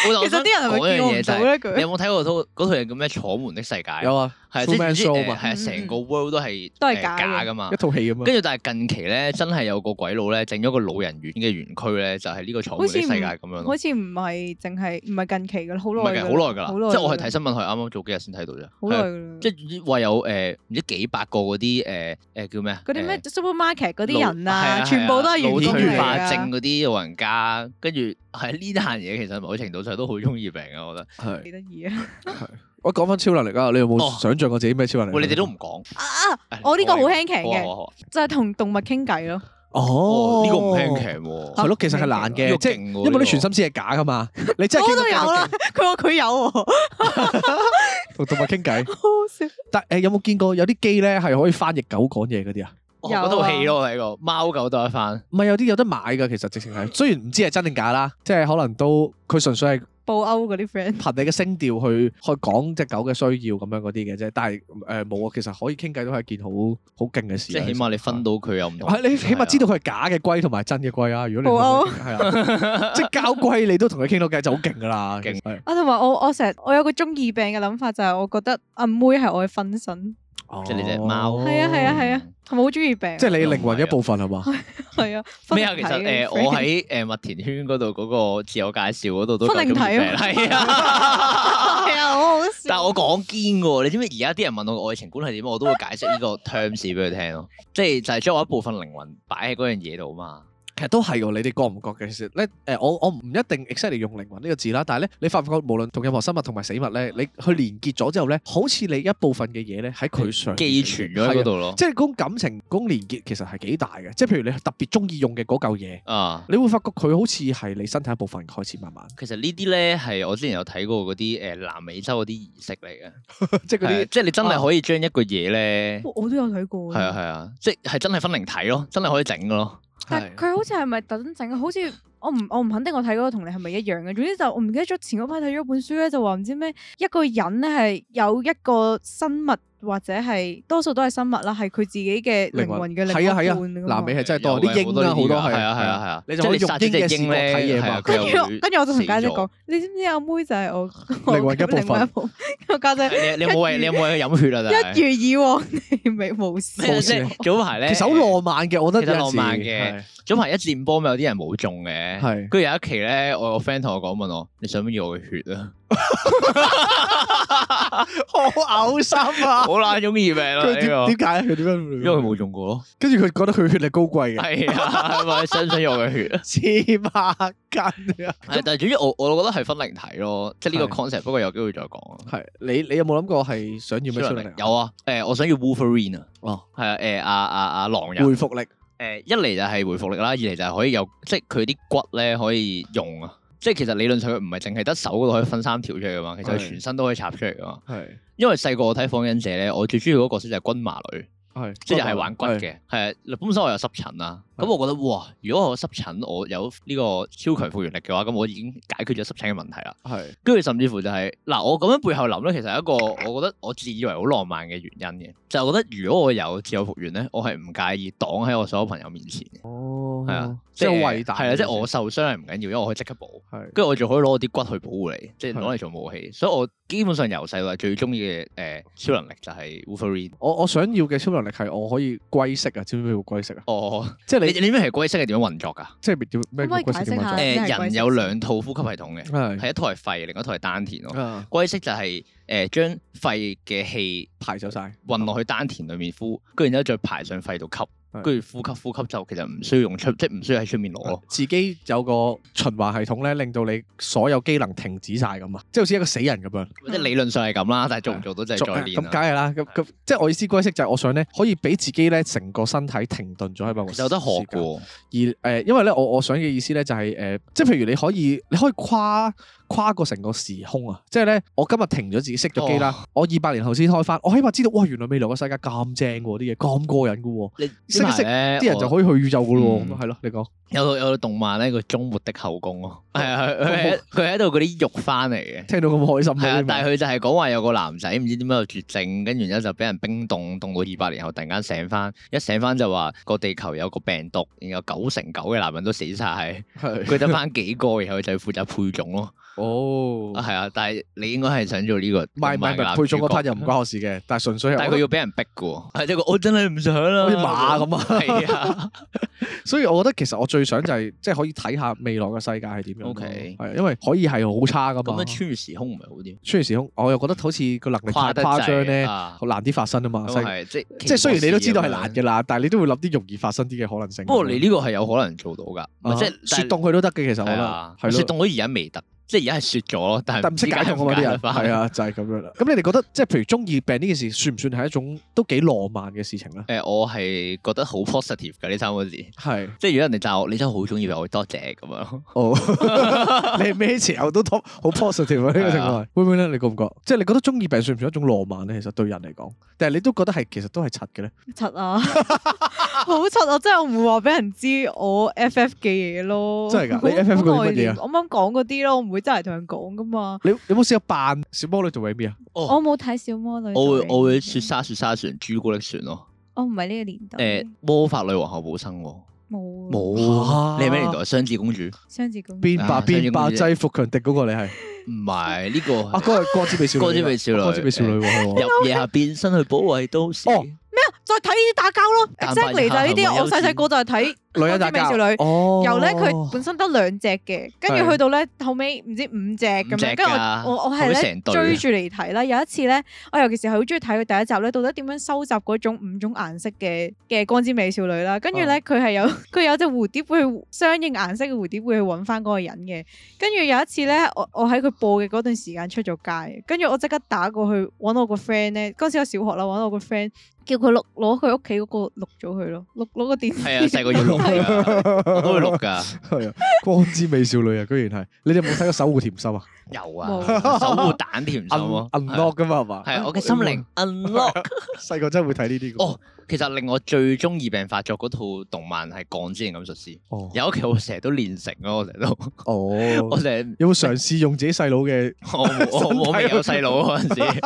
C: 其
D: 其實啲人係咪見我唔到咧？
C: 你
D: 佢
C: 有冇睇過套嗰套嘢叫咩《坐門的世界》？
B: 有啊
C: 係即
B: Full
C: 係
B: Man
C: 唔知
B: Show
C: 誒
B: 嘛，
C: 係成個 world 都係
D: 嗯都係
C: 誒
D: 假嘅
C: 假噶嘛
B: 一。套戲咁啊。
C: 跟住但係近期咧，真係有個鬼佬咧整咗個老人院嘅園區咧，就係呢個坐門的世界咁樣
D: 好
C: 咯。
D: 似唔係淨係唔係近期㗎啦，好
C: 唔
D: 耐
C: 係嘅，
D: 㗎啦
C: 好耐㗎啦，
D: 好耐㗎啦
C: 即係我係睇新聞，係啱啱早幾日先睇到啫。
D: 好耐
C: 係啊，
D: 㗎啦。
C: 即係話有誒唔知幾百個嗰啲誒誒叫咩啊
D: 嗰啲
C: 誒
D: 咩 supermarket 嗰啲
C: 老
D: 人
C: 係
D: 啊，全部都係員
C: 老
D: 工
C: 退
D: 嚟
C: 化症
D: 㗎。
C: 嗰啲老人家，跟住係呢單嘢，其實某程度上都好中意病啊，我覺得。
B: 係
D: 幾得意啊！
B: 我講翻超能力啊，你有冇
C: 哦
B: 想象過自己咩超能力？
C: 喂，你哋都唔講，
D: 啊啊！我呢個好輕騎
C: 好啊好
D: 嘅，
C: 啊好啊
D: 就係同動物傾偈咯。
B: 哦
C: 哦，，呢個唔輕騎喎。
B: 係
D: 哦
B: 咯，其實係難
C: 呢
B: 嘅，
C: 個
B: 即係
C: 勁喎
B: 因為
C: 呢個
B: 你全心思係假噶嘛，你真係
D: 我
B: 傾
D: 都
B: 得
D: 有啦啊
B: 咁勁，
D: 佢話佢有喎，
B: 同動物傾偈。
D: 好好笑。
B: 但誒有冇見過有啲機咧係可以翻譯狗講嘢嗰啲啊？
C: 哦
D: 有啊
C: 嗰套戲咯，我睇過貓狗都一番。
B: 唔係有啲有得買㗎，其實直情係，雖然唔知係真定假啦，即係可能都佢純粹係。
D: 布歐嗰啲 friend，
B: 憑你嘅聲調去去講只狗嘅需要咁樣嗰啲嘅啫，但係誒冇啊，其實可以傾偈都係一件好好勁嘅事
C: 即
B: 啊。
C: 係起碼你分到佢又唔同。
B: 係你起碼知道佢係假嘅龜同埋真嘅龜啊！如果你
D: 好啊
B: 係啊， 即係交龜你都同佢傾到偈就好勁噶啦，
C: 勁
B: 係
D: 啊同埋我我成日我有個中二病嘅諗法就係我覺得阿妹係我嘅分身，
C: 即係你隻貓
D: 係啊係啊係啊，
C: 嗯
D: 同埋好中意病，
B: 哦即係你靈魂一部分係嘛？
D: 係啊
C: 咩啊？其實誒，我
D: 係
C: 喺誒麥田圈嗰度嗰個自我介紹嗰度都
D: 分靈體啊
C: 係 啊。
D: 係啊，好好笑。
C: 但係我講堅嘅喎，你知唔知而家啲人問我愛情觀係點，我都會解釋 呢個 terms 俾佢聽咯，即係就係將我一部分靈魂擺喺嗰樣嘢度嘛。
B: 其實都係喎，你哋覺唔覺嘅？其實咧，誒，我我唔一定 exactly 用靈魂呢個字啦，但係咧，你發唔發覺無論同任何生物同埋死物咧，你去連結咗之後咧，好似你一部分嘅嘢咧喺佢上
C: 寄存咗喺嗰度咯。
B: 即係嗰啊種感情嗰種連結其實係幾大嘅，即係譬如你特別中意用嘅嗰嚿嘢，
C: 啊，
B: 你會發覺佢好似係你身體一部分開始慢 慢，
C: 其實呢啲咧係我之前有睇過嗰啲誒南美洲嗰啲儀式嚟嘅，
B: 即係嗰
C: 係啊
B: 啲
C: 即係你真係可以將一個嘢咧，
D: 我我都有睇過。
C: 啊係啊係啊，即係真係分靈體咯，真係可以整嘅咯。
D: 但係佢好似係咪特登整？好似 我唔我唔肯定我睇嗰個同你係咪一樣嘅。總之就我唔記得咗前嗰排睇咗本書咧，就話唔知咩一個人咧係有一個生物或者係多數都係生物啦，係佢自己嘅靈魂嘅另一
B: 係啊係啊
D: 半㗎嘛
B: 南美係真係
C: 有
B: 多
C: 嘅
B: 啲鷹啦，好多
C: 係
B: 係
C: 啊係啊係啊，
B: 你
C: 即
B: 就
C: 係
B: 可
C: 你
B: 以用
C: 殺咗
B: 鷹嘅
C: 隻
B: 視
C: 鷹
B: 角
C: 咧
B: 睇嘢
C: 係啊
B: 嘛。
C: 佢
D: 跟
C: 又
D: 住我
C: 會
D: 跟住我就同家姐
C: 死咗
D: 講：你知唔知阿妹就係我我
B: 靈魂嘅一部分
D: 另外部我家 姐
C: 你你有冇喂你有冇喂佢飲血啊？但係
D: 一如以往地未無視
C: 咩
B: 無
C: 即
B: 視
C: 係 早排
B: 其
C: 咧，
B: 實好浪漫嘅，我覺得
C: 其實
B: 有陣時
C: 浪漫嘅
B: 係
C: 早排一箭波咪有啲人冇中嘅，
B: 係
C: 跟住有一期咧，我個 friend 同我講問我，你想唔想要我嘅 血啊？
B: 好嘔心啊！
C: 好啦，中意命 啦
B: 佢
C: 呢個，
B: 點點解佢點樣？
C: 因為佢冇中 過咯。
B: 跟住佢覺得佢血力高貴嘅，
C: 係啊，咪想唔想要我 嘅血啊？
B: 黐孖筋啊！
C: 係但係主要我我覺得係分靈體咯，即係呢個
B: 係
C: concept。不過有機會再講。啊
B: 係你你有冇諗過係想要咩超能力？
C: 有啊，誒，我想要 Wolverine 啊，
B: 哦，
C: 係啊，誒，阿阿阿狼人。
B: 回復力
C: 誒、一嚟就係回復力啦，二嚟就係可以有即係佢啲骨咧可以用啊。即係其實理論上佢唔係淨係得手嗰度可以分三條出嚟噶嘛，其實佢
B: 係
C: 全身都可以插出嚟噶嘛。
B: 係
C: 因為細個我睇《火影忍者》咧，我最中意嗰個角色就係軍馬女，
B: 係
C: 即係又係玩骨
B: 係
C: 嘅。係啊，本身我有濕疹啦，咁我覺得哇，如果我濕疹，我有呢個超強復原力嘅話，咁我已經解決咗濕疹嘅問題啦。
B: 係
C: 跟住甚至乎就係、嗱，我咁樣背後諗咧，其實係一個我覺得我自以為好浪漫嘅原因嘅，就係我覺得如果我有自我復原咧，我係唔介意擋喺我所有朋友面前嘅。
B: 哦
C: 係啊，
B: 即係偉大
C: 係啊，即係我受傷係唔緊要，因為我可以即刻補，
B: 係
C: 跟住我仲可以攞啲骨去保護你，即係
B: 係
C: 攞嚟做武器。所以我基本上由細到大最中意嘅誒超能力就係 Wolverine。
B: 我我想要嘅超能力係我可以龜息啊！知唔知咩叫龜息啊？
C: 哦，
B: 即係
C: 你
B: 你
C: 你咩係龜式係點樣運作㗎？
B: 即係叫咩
D: 可唔可以
B: 叫龜息點
D: 解釋
B: 運
D: 下咩係
C: 誒，
D: 龜
C: 人
D: 式
C: 有兩套呼吸系統嘅，
B: 作？
C: 係一套係肺，另一套係丹田咯。
B: 係啊，
C: 龜式就係誒將肺嘅氣
B: 排走晒
C: 運落去丹田裡面呼，跟住然之後再排上肺度吸，
B: 係
C: 跟住呼吸呼吸就其實唔需要用出，即係唔需要喺出面攞咯。
B: 自己有個循環系統咧，令到你所有機能停止晒咁啊！即係好似一個死人咁樣。
C: 即係理論上係咁啦，但係做唔做到就係
B: 作
C: 再啊練
B: 咁
C: 啦
B: 梗。係啦，咁咁即係我意思龜息就係我想咧，可以俾自己咧成個身體停頓咗喺某個
C: 其實有得學
B: 時
C: 嘅
B: 間
C: 喎。
B: 而誒、呃因為咧，我我想嘅意思咧就係、誒、呃即係譬如你可以，你可以跨跨過成個時空啊！即係咧，我今日停咗自己熄
C: 哦
B: 咗機啦，我二百年後先開翻，我起碼知道，哇！原來未來個世界咁正喎，啲嘢咁過癮嘅喎，
C: 你
B: 識一識
C: 呢
B: 啲人就可以去宇宙嘅咯，
C: 嗯
B: 咁係咯，你講
C: 有套有套動漫咧，叫《終末的後宮》咯，係啊，佢佢係佢喺度嗰啲肉翻嚟嘅，
B: 哦聽到咁開心
C: 係啊
B: 嘅，，
C: 但係佢就係講話有個男仔唔知點解有絕症，跟住然之後就俾人冰凍，凍到二百年後突然間醒翻，一醒翻就話個地球有個病毒，然後九成九嘅男人都死晒，
B: 係
C: 佢得翻幾個，然後佢就要負責配種咯，
B: 哦，
C: 啊係啊，但係你應該係想做呢個
B: 唔係唔係
C: 動漫
B: 唔
C: 嘅
B: 係
C: 男主
B: 配
C: 角
B: 種嗰 part 又唔關我事嘅，但係純粹
C: 但係佢
B: 係
C: 要俾人逼嘅喎，係即係我真係唔想啦，
B: 好似馬咁啊
C: 係啊，
B: 所以我覺得其實我最想就係即係可以睇下未來嘅世界係點樣咯，
C: OK
B: 係啊因為可以係好差噶嘛
C: 咁樣。穿越時空唔係好啲，
B: 穿越時空，我又覺得好似個能力太
C: 得
B: 誇張咧，
C: 啊
B: 好難啲發生啊嘛。世
C: 咁係即係
B: 即係雖然你都知道係難
C: 嘅，
B: 嘅啦，但係你都會諗啲容易發生啲嘅可能性。
C: 不過你呢個係有可能做到㗎，唔
B: 啊
C: 係即係
B: 雪凍佢都得嘅，其實我覺
C: 係
B: 得
C: 啊，
B: 係
C: 雪
B: 咯
C: 凍我而家未得，即係而家係雪咗咯，但係
B: 但唔識解凍
C: 解
B: 啊嘛啲人，係
C: 係啊。
B: 啊，就係咁樣啦。咁你哋覺得即係譬如中意病呢件事，算唔算係一種都幾浪漫嘅事情咧？
C: 誒，我係覺得好 positive 㗎呢三個字，即
B: 係
C: 係如果人哋讚我，你真係好中意我，多謝 咁樣。
B: 哦， 你咩時候都 top 好 positive 啊呢個情
C: 係
B: 況，會唔會咧？你覺唔覺？即係你覺得中意病算唔算一種浪漫咧？其實對人嚟講，但係你都覺得係其實都係柒嘅咧。
D: 柒啊，好柒啊！真係我唔會話俾人知我 FF 嘅嘢咯。
B: 真係㗎你
D: 好
B: FF 嗰啲
D: 好內
B: 乜嘢啊
D: 斂我啱啱講嗰啲咯，我唔會真係同人講噶嘛。
B: 你你有冇試過扮小魔女做咩啊？
D: 我冇睇小魔女。
C: 我會我會雪。沙雪沙船、朱古力船咯。
D: 我唔係呢個年代。
B: 嗯
C: 誒，魔法女王候補生喎，
D: 冇冇
C: 冇
B: 啊
C: 啊你係咩年代？雙子公主
D: 雙子公主。
B: 變白
C: 啊
B: 變白
C: 雙子公
B: 制服強敵嗰個你係
C: 唔係呢個
B: 啊？嗰個係歌之美少女，
C: 歌之美少女
B: 歌之美少女喎係喎。
C: 入夜下變身去保衞都市。
B: 哦
D: 再睇呢啲打交咯
C: 蛋白
D: ，exactly 就係呢
C: 以下
D: 啲。我細細個就係睇
B: 女人打
D: 光之美
B: 交
D: 少女
B: 哦，
D: 由咧佢本身得兩隻嘅，跟住
B: 係
D: 去到咧後尾唔知五隻咁
C: 五隻
D: 樣，跟住
C: 㗎
D: 我我我係
C: 後尾
D: 咧
C: 成隊
D: 追住嚟睇啦。有一次咧，我尤其是係好中意睇佢第一集咧，到底點樣收集嗰種五種顏色嘅嘅光之美少女啦。跟住
C: 哦
D: 咧佢 係有佢有隻蝴蝶會去相應顏色嘅蝴蝶會去揾翻嗰個人嘅。跟住有一次咧，我我喺佢播嘅嗰段時間出咗街，跟住我即刻打過去揾我個 friend 咧，嗰陣時我小學啦，揾我個 friend 叫佢錄攞佢屋企嗰個錄咗佢咯，錄攞個電
C: 係啊，細個要錄 我都會錄㗎。
B: 係啊，光之美少女啊，居然係你哋有冇睇過守護甜心啊
C: 有
D: 冇
C: 啊，守護蛋甜心咯。
B: ？unlock 噶嘛係嘛？
C: 係我嘅心靈 unlock。
B: 細個真係會睇呢啲㗎
C: 哦， 其實令我最中意病發作嗰套動漫係《鋼之煉金術師》，
B: 哦
C: 有一期我成日都練成咯，我成日都，我
B: 哦，
C: 成日
B: 有冇嘗試用自己細佬嘅？
C: 我我我未有細佬嗰陣時，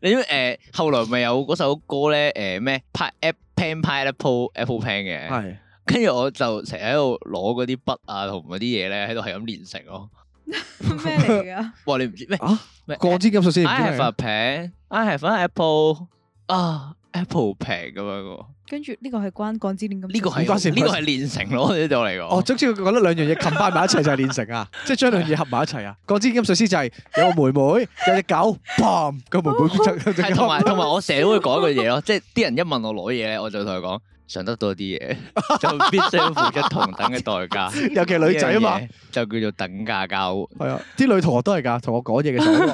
C: 你知唔知誒後來咪有嗰首歌咧誒咩 p i pen pineapple apple pen 嘅，
B: 係
C: 跟住我就成日喺度攞嗰啲筆啊同嗰啲嘢咧喺度係咁練成咯。
D: 咩嚟噶？
C: 哇！你唔知咩
B: 啊，
C: 咩
B: 鋼之金術師唔
C: I
B: 知
C: have a
B: 咩
C: pen, I have an apple 啊，apple pen 咁樣喎。
D: 跟住呢個係關港之戀咁，
C: 呢個係
B: 唔關事
C: 呢
B: 唔
C: 個
B: 關
C: 係練成咯，呢度嚟講。
B: 哦，總之佢覺得兩樣嘢 combine 埋一齊就係練成啊，即係將兩樣嘢合埋一齊啊。鋼之金術師就係有個妹妹，有隻狗，bam 個妹妹變
C: 係
B: 成
C: 同埋同埋，我成日都會講一句嘢咯，即係啲人一問我攞嘢咧，我就同佢講想得到 啲嘢，就必須付出同等嘅代價。
B: 尤其女仔啊嘛
C: 呢樣嘢，就叫做等價交 換。
B: 係啊，啲女同學都係㗎，同我講 嘢嘅時候，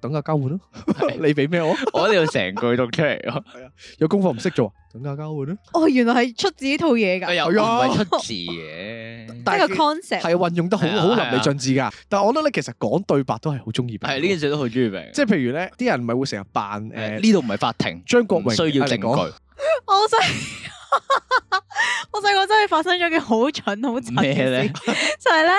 B: 等價交換咯， 你俾咩我？
C: 我呢度成句讀出嚟咯，
B: 有功課唔識做啊，等價交換咯。
D: 哦，原來係出自呢套嘢㗎，
C: 又唔
B: 係啊
C: 係出字嘅。
B: 但
D: 呢個
B: 係
D: concept
B: 係運用得好
C: 係啊
B: 好淋
C: 係啊
B: 漓盡致㗎。但係我覺得咧，其實講對白都係好中意俾人
C: 係
B: 講。
C: 呢件事都好中意明。
B: 即係譬如咧，啲人咪會成日扮
C: 誒
B: 誒
C: 呢度唔係法庭，
B: 張國
C: 唔
B: 榮
C: 需要
B: 啊你講
C: 證據。
D: 我細 我細個真係發生咗件好蠢好蠢嘅
C: 咩咧
D: 事，就係咧，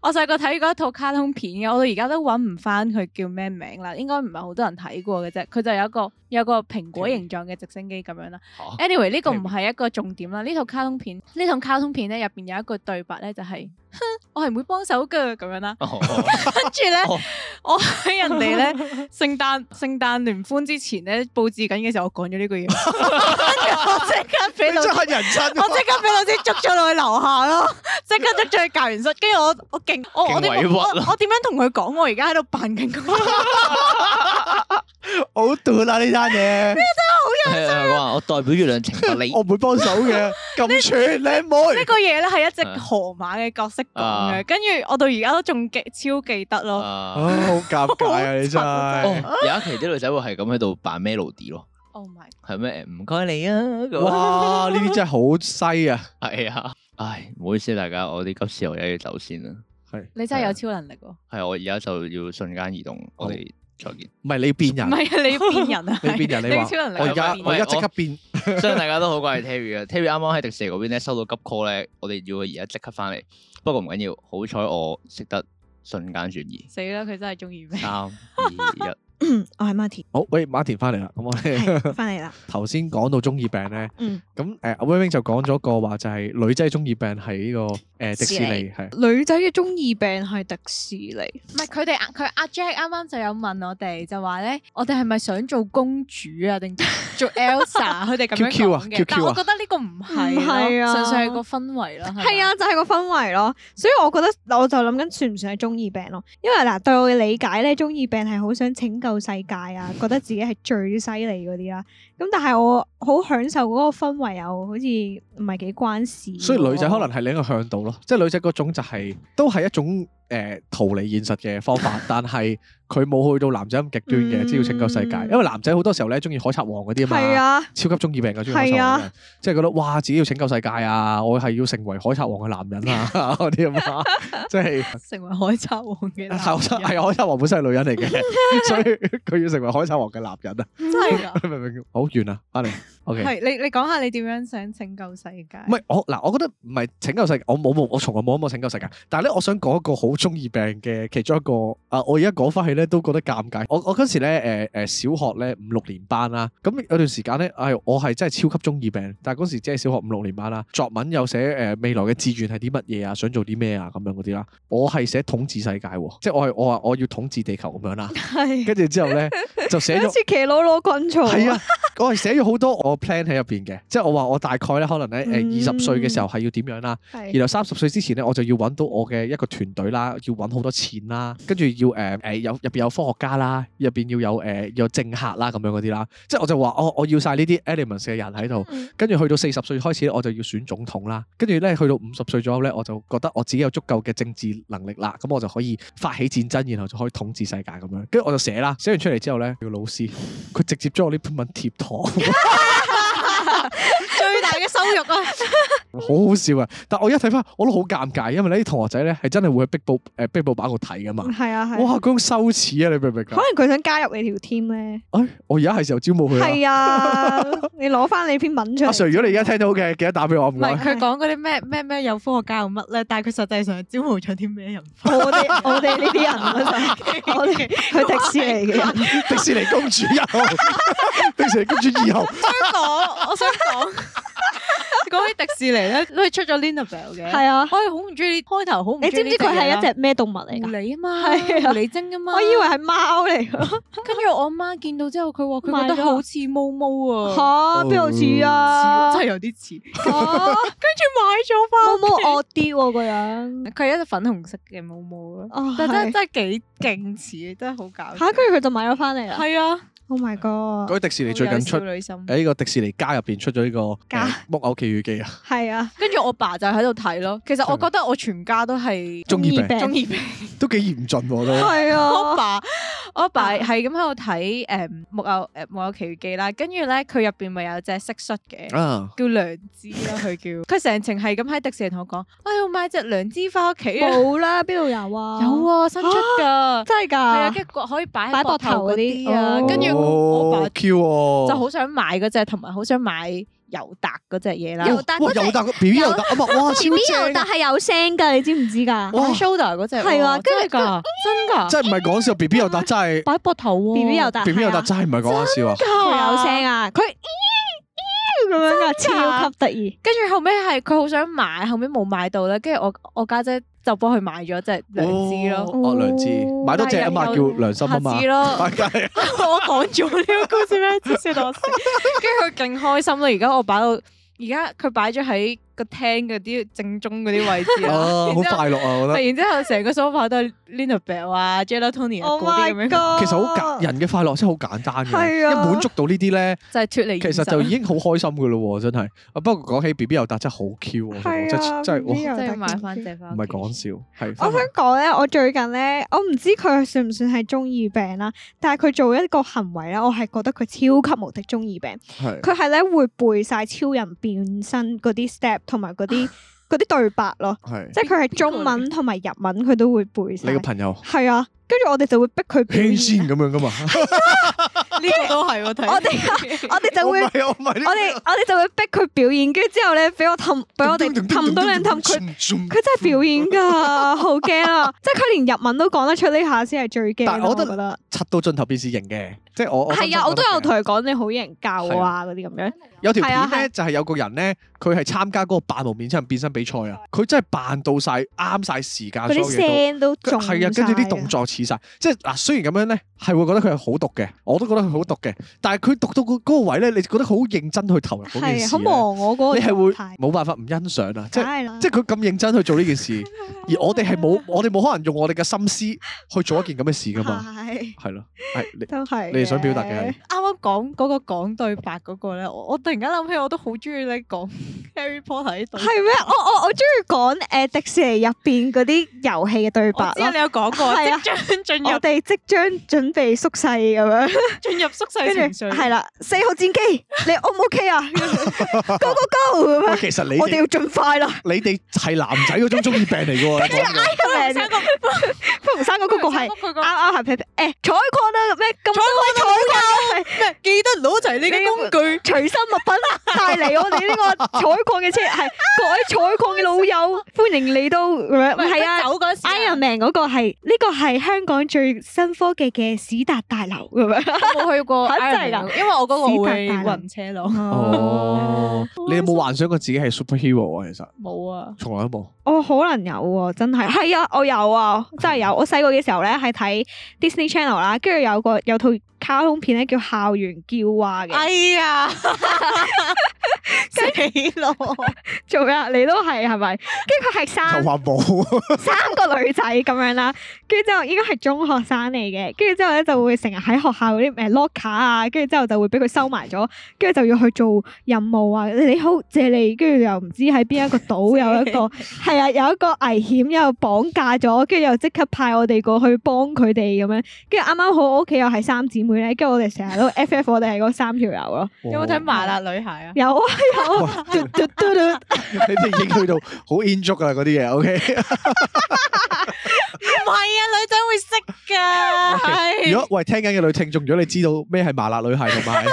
D: 我細個睇過一套卡通片嘅，我到而家都揾唔翻佢叫咩名啦，應該唔係好多人睇過嘅啫。佢就有一個有個蘋果形狀嘅直升機咁樣啦。
C: 嚇
D: anyway 呢個唔係一個重點啦，呢套卡通片呢套卡通片咧入邊有一句對白咧就係、 哼我係唔會幫手㗎咁樣啦，
C: 哦
D: 跟住咧
C: 哦，
D: 我喺人哋咧聖誕聖誕聯歡之前咧佈置緊嘅時候，我講咗呢句嘢，跟住我即刻俾
B: 你
D: 老
B: 真
D: 師
B: 係人生
D: 我即刻俾老師捉咗落去樓下咯，即刻捉咗去教員室，跟住我我勁我我點
C: 勁委屈
D: 我
B: 啊
C: 咯
D: 我點樣同佢講？我而家喺度扮緊嗰個
B: 好短啦呢單嘢，
C: 係啊我話我代表月亮懲罰你
B: 我。唔會幫手嘅，咁串靚妹
D: 呢。個嘢咧係一隻
C: 啊
D: 河馬嘅角色講
C: 啊
D: 嘅，跟住我到而家都仲記超記得咯。
B: 啊，
C: 啊
B: 好尷尬啊！你真係，
C: 哦，有一期啲女仔會係咁喺度扮 melody 咯，
D: Oh my！
C: 係咩？誒唔該你啊，咁
B: 哇！呢啲真係好西啊！
C: 係啊，唉，唔好意思大家，我啲急事我而家要走先啦，
D: 你真係
B: 啊
D: 有超能力喎！唔
C: 係我而家就要瞬間移動，
B: 好
C: 我哋再見，
B: 唔係你變人，
D: 係啊，你變人啊！
B: 你變人，你
D: 你
B: 話
D: 超能力
B: 我而家
D: 係咪
B: 我而家即刻變，
C: 相信大家都好掛住 Terry 嘅，Terry 啱啱喺迪士尼嗰邊咧收到急 call 咧，我哋要佢而家即刻翻嚟，不過唔緊要，好彩我識得瞬間轉 移，
D: 死啦！佢真係中意咩？
C: 三二一，
A: 我係 Marty，
B: 好喂，馬田翻嚟啦。咁我哋
A: 係翻嚟啦。
B: 頭先講到中二病咧，
A: 嗯
B: 咁誒，呃阿 Wing Wing 就講咗個話就係女仔中二病係呢個呃誒迪士尼係。
A: 女仔嘅中二病係迪士尼，
D: 唔係佢哋佢阿 Jack 啱啱就有問我哋，就話咧，我哋係咪想做公主啊，定做 Elsa？佢哋咁樣
B: QQ 啊
D: 講
B: QQ 啊
D: 嘅，但我覺得呢個唔係
A: 唔係啊
D: 咯，純粹係個氛圍咯。
A: 係啊，就係、個氛圍咯。所以我覺得我就諗緊算唔算係中二病咯？因為嗱，對我嘅理解咧，中二病係好想拯救世界啊，覺得自己係最犀利嗰啲啦。咁但係我好享受嗰個氛圍，又好似唔係幾關事喎。
B: 所以女仔可能係另一個向度咯，即係女仔嗰種就係、
A: 哦
B: 都係一種誒、呃逃離現實嘅方 法，但係佢冇去到男仔咁極端嘅，
A: 嗯
B: 只要拯救世界。因為男仔好多時候咧中意海賊王嗰啲啊
A: 係
B: 嘛，
A: 啊，
B: 超級中意病嘅中意海賊
A: 係
B: 王嘅
A: 啊，
B: 即係覺得哇自己要拯救世界啊，我係要成為海賊王嘅男人啊 嗰啲啊嘛，即係
D: 成為海賊王
B: 啊係
D: 嘅男
B: 海賊係
D: 人，
B: 海賊王本身係女人嚟 嘅，所以佢要成為海賊王嘅男人啊，
D: 真係㗎。
B: 明唔明？好完啦，翻嚟，OK。
D: 係你你講下你點樣想拯救世界？
B: 唔係我嗱，我覺得唔係拯救世界，我冇冇，我從來冇諗過拯救世界。但係咧，我想講一個好中二病嘅其中一個啊，我而家講翻起咧都覺得尷尬。我我嗰時咧誒誒小學咧五六年班啦，咁有段時間咧，唉、我係真係超級中二病，但係嗰時只係小學五六年班啦。作文有寫誒、呃未來嘅志願係啲乜嘢啊，想做啲咩啊咁樣嗰啲啦。我係寫統治世界喎，即係我係我話我要統治地球咁樣啦。
A: 係
B: 跟住之後咧就寫
A: 好
B: 咗
A: 似。騎佬攞軍曹。
B: 係啊，我係寫咗好多我 plan 喺入邊嘅，即係我話我大概咧可能咧
A: 嗯
B: 誒二十歲嘅時候係要點樣啦，
A: 係，
B: 然後三十歲之前咧，我就要揾到我嘅一個團隊啦，要揾好多錢啦，跟住要誒誒、呃有入邊有科學家啦，入邊要有誒、呃有政客啦咁樣嗰啲啦，即係我就話哦我我要晒呢啲 elements 嘅人喺度，跟住去到四十歲開始呢我就要選總統啦，跟住咧去到五十歲左右咧，我就覺得我自己有足夠嘅政治能力啦，咁我就可以發起戰爭，然後就可以統治世界咁樣，跟住我就寫啦，寫完出嚟之後咧，個老師佢直接將我呢篇文貼堂。
A: 最大
D: 大嘅羞辱啊！
B: 好好笑啊！但我一睇翻，我都好尷尬，因為呢啲同學仔咧係真係會去逼報誒逼報板度睇噶嘛。
A: 係啊係
B: 哇！
A: 啊。
B: 嗰種羞恥啊，你明唔明
A: 可
B: 啊？
A: 能佢想加入你條 team 咧，
B: 哎，我而家係時候招募佢啦。
A: 係啊，你攞翻你篇文出
B: 阿
A: 嚟。
B: Sir，如果你而家聽到嘅，記得打俾我唔
D: 唔係
B: 該。
D: 佢講嗰啲咩咩咩有科學家有乜咧，但係佢實際上係招募咗啲咩人翻
A: 我哋我哋呢啲人 啊，就係我哋去迪士尼嘅人。
B: 迪士尼公主一號，迪士尼公主二號，
D: 講，我想講。 講起迪士尼咧，佢出咗 Linabelle 嘅，
A: 係啊
D: 我係好唔中意，開頭好唔
A: 你知唔知佢
B: 啊
A: 係一隻咩動物嚟
D: 狐
A: 㗎？
D: 狸啊嘛，
A: 係啊
D: 狐狸精啊嘛，
A: 我以為係貓嚟 㗎。
D: 跟住我媽見到之後，佢話佢覺
A: 買
D: 得
A: 咗
D: 好似毛
B: 哦
D: 毛啊，
A: 嚇，邊度似啊？
D: 似喎真係有啲似，跟住
A: 嚇，
D: 買咗翻
A: 毛毛惡啲喎個樣。
D: 佢係一隻粉紅色嘅毛毛咯，
A: 哦，
D: 但真
A: 係
D: 係真係幾勁似，真係好搞笑
A: 嚇，。跟住佢就買咗翻嚟啦。
D: 係啊，
A: Oh my god！
B: 嗰啲迪士尼
D: 你
B: 最近出
D: 少女心。
B: 喺呢個迪士尼家入邊出咗呢個
A: 家
B: 誒木偶奇遇記啊，
A: 係啊，
D: 跟住我爸就喺度睇咯。其實我覺得我全家都係
B: 中意病
A: 病
D: 中意病。
B: 都幾嚴峻喎都。
A: 係
D: 我
A: 啊，
D: 爸我爸係咁喺度睇誒木偶誒木偶奇遇記啦。跟住咧佢入邊咪有隻蟋蟀嘅。
B: 啊，
D: 叫良知啦，佢叫佢成程係咁喺迪士尼同我講，哎呀，我買隻良知翻屋企啊，
A: 冇啦，邊度有啊？
D: 有，啊，新出㗎，
A: 真係
D: 係啊，
A: 㗎。
D: 跟住可以擺喺
A: 擺
D: 膊頭
A: 膊頭
D: 嗰
A: 嗰
D: 啲
A: 啲
D: 啊，
A: 哦
D: 跟住我我爸
B: Q 喎，
D: 就好想買嗰只，同埋好想買尤達嗰只嘢啦。
B: 哇
A: 尤達
B: 哇
A: 嗰隻
B: 尤達 B B 尤達啊嘛，哇超
A: B B
B: 正
A: 又
B: 啊
A: 但！係有聲㗎，你知唔知㗎？
B: 哇
D: 哇，shoulder 嗰只
A: 係啊跟
D: 真係㗎，真㗎，
B: 真係唔係講笑，B B 尤達真係
D: 擺膊頭喎
A: B B 又大
B: B B 尤達
A: 係
B: 真係唔係講下 笑啊！
A: 啊佢有 聲啊，佢咁樣啊，超級得 意。
D: 跟住後尾係佢好想買，後尾冇買到咧。跟住我我家姐就幫佢買咗隻良知咯。
B: 哦，良知
A: 哦
B: 買多隻啊嘛，
D: 但係
B: 叫
D: 又
B: 良心啊嘛啊
D: 下次，咯，
B: 係係
D: 我講咗呢個故事咩？笑到我死。跟住佢勁開心啦！而家我擺到，而家佢擺咗喺個廳嗰啲正中嗰啲位置
B: 啊
D: 啦。
B: 好快樂啊！我覺
D: 突
B: 得
D: 然之後，成個 sofa 都係 Linabelle 啊、Jello Tony 啊
A: Oh
D: 嗰
A: my
D: 啲咁樣，
A: god！
B: 其實好簡，人嘅快樂真係好簡單嘅，
A: 係
B: 一
A: 啊
B: 滿足到呢啲咧。
D: 就係脱離
B: 其
D: 現
B: 實就已
D: 實。
B: 經好開心嘅咯喎，真係。啊不過講起 B B 又達真係好 Q 喎，真
A: 係
B: 係
A: 啊
B: 真係
A: ，BB
B: 哇
A: 又
D: 真係要買翻隻翻
B: 唔
D: 屋
B: 係
D: 企。
B: 講笑，係。
A: 我想講咧，我最近咧，我唔知佢算唔算係中二病啦，但係佢做一個行為咧，我係覺得佢超級無敵中二病。
B: 係
A: 佢係咧會背晒超人變身嗰啲 step 同埋嗰啲嗰啲對白咯，
B: 係
A: 即係佢係中文同埋日文佢都會背
B: 你
A: 晒
B: 個。朋友
A: 係啊，跟住我哋就會逼佢表
B: 牽
A: 演
B: 線
A: 啊。
B: 咁樣噶嘛？
D: 呢個都係喎，睇
A: 我哋我哋就 會
B: 我唔係我唔係呢個
A: 我哋我哋就會逼佢表演，跟住之後咧，俾我氹，俾我哋氹到兩氹佢。
B: 佢
A: 佢真係表演㗎，好驚啊！即係佢連日文都講得出呢下先係最驚咯。
B: 但係我覺得
A: 得。
B: 擦到盡頭變是型嘅，即係我我
A: 係啊，我都有同
B: 佢
A: 佢講你好型教我啊嗰啲咁樣，
B: 有條
A: 係啊
B: 片咧，就係有個人咧，佢係參加嗰個扮無面超人變身比賽啊，佢真係扮到晒啱晒時間，
A: 嗰
B: 所有嘢都。
A: 啲聲都中
B: 係啊，跟住啲動作
A: 作
B: 似晒，即係嗱，雖然咁樣咧，係會覺得佢係好毒嘅，我都覺得佢好毒嘅，但係佢毒到嗰嗰個位咧，你覺得好認真去投入嗰件
A: 係
B: 事
A: 好
B: 呢
A: 忘我嗰個
B: 你係會
A: 狀態
B: 冇辦法唔欣賞啊！即
A: 梗
B: 係
A: 係啦，
B: 即係佢咁認真去做呢件事，而我哋係
A: 啊
B: 冇我哋冇可能用我哋嘅心思去做一件咁嘅事噶嘛，
A: 係
B: 係咯，係你
A: 都係
B: 你哋想表達嘅係
A: 嘅。
D: 啊 啱啱講嗰個講對白嗰個咧，我我突然間諗起，我都好中意咧講 Harry Potter 呢度。
A: 係咩？我我我中意講誒迪士尼入邊嗰啲遊戲嘅對白
D: 我知
A: 咯
D: 你。有講
A: 係
D: 過，
A: 啊
D: 即將進入
A: 我哋即將準備縮細 咁樣，
D: 進入縮細
A: 跟
D: 情
A: 住
D: 緒。
A: 係啦，四號戰機，你 O 唔 OK 啊 ？Go go go 咁
B: 喂，
A: 樣，
B: 其實你
A: 我哋
B: 哋
A: 要盡快啦。
B: 你哋係男仔嗰種中意病嚟嘅喎，你講緊
A: 飛
D: 生
A: 鴻山嗰個
D: 佢
A: 係啱
D: 個
A: 啱係 p 誒採礦啦啊咩咁多位採礦係。
D: 咩？記得攞啊齊你嘅工具。
A: 隨身物品啊帶嚟我哋呢個採礦嘅車，係各位採礦嘅老友，歡迎嚟到咁樣。唔係啊
D: 走嗰時
A: ，Iron Man 嗰個係呢個係香港最新科技嘅史達大樓咁樣。
D: 我冇去過
A: 嚇真
D: Iron
A: 係
D: Man
A: 㗎
D: 因為我嗰個會
A: 史達大人
D: 暈車浪。
B: 哦，你有冇幻想過自己係 superhero 啊？其實
D: 冇啊，
B: 從來都冇。
A: 我哦可能有喎，真係係啊，我有啊，真係有。我細個嘅時候咧，係睇 Disney Channel 啦，跟住有個有套卡通片咧叫《校園叫啊》嘅。
D: 哎呀，死 咯！
A: 做咩啊？你都係係咪？跟住佢係
B: 又
A: 三
B: 話冇，
A: 三個女仔咁樣啦，跟住之後應該係中學生嚟嘅，跟住之後咧就會成日喺學校嗰啲誒 locker 啊，跟住之後就會俾佢收埋咗，跟住就要去做任務啊。你好，謝你，跟住又唔知喺邊一個島 有一個係啊，有一個危險又綁架咗，跟住又即刻派我哋過去幫佢哋咁樣。跟住啱啱好我 屋企又係三姊妹咧，跟住我哋成日都 FF 我哋係嗰三條友咯。
D: 有冇睇《麻辣女孩》啊？
A: 有啊有啊，嘟嘟 嘟嘟，
B: 你哋已經去到好 in 足啦嗰啲嘢，OK。
D: 唔係啊，女仔會識㗎，係
B: 如果喂聽緊嘅女聽眾，如果你知道咩係麻辣女孩同埋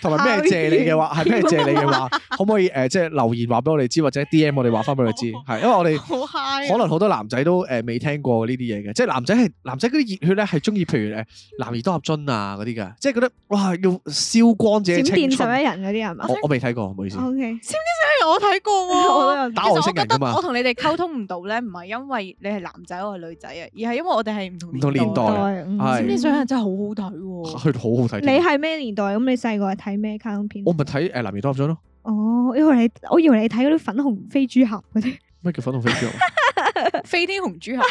B: 同埋咩係借你嘅話，係咩係借你嘅話，可唔可以誒、呃即係留言話俾我哋知，或者 D M 我哋話翻俾我哋知，係因為我哋。
D: 好 high 啊。
B: 可能好多男仔都誒未聽過呢啲嘢嘅，即係男仔係男仔嗰啲熱血咧係中意，譬如誒呃男兒當入樽啊嗰啲㗎，即係覺得哇要燒光自己
A: 閃
B: 青
A: 電十
B: 春。
A: 一人嗰啲係嘛
B: 我我未睇過，唔好意思。
A: ？O K，
D: 因為哎我睇過
A: 我
D: 喎
A: 都。有睇
B: 打
D: 其實
B: 外
D: 我
B: 星
D: 覺
B: 人
D: 得
B: 㗎嘛
D: 我同你哋溝通唔到咧，唔係因為你係男仔，我係女仔啊，而係因為我哋係唔同
B: 唔同年代
A: 過
B: 啊
A: 嗯
B: 係
D: 閃電上人真係好好 睇喎，
B: 去到好好睇
A: 你
B: 添。
A: 係咩年代？咁你細個係睇咩卡通片
B: 我？咪睇呃誒男兒當入樽咯，
A: 哦，因為你我以為你睇嗰啲粉紅飛豬俠 嗰啲，
B: 咩叫粉紅飛豬俠？
D: 飛天紅豬俠啊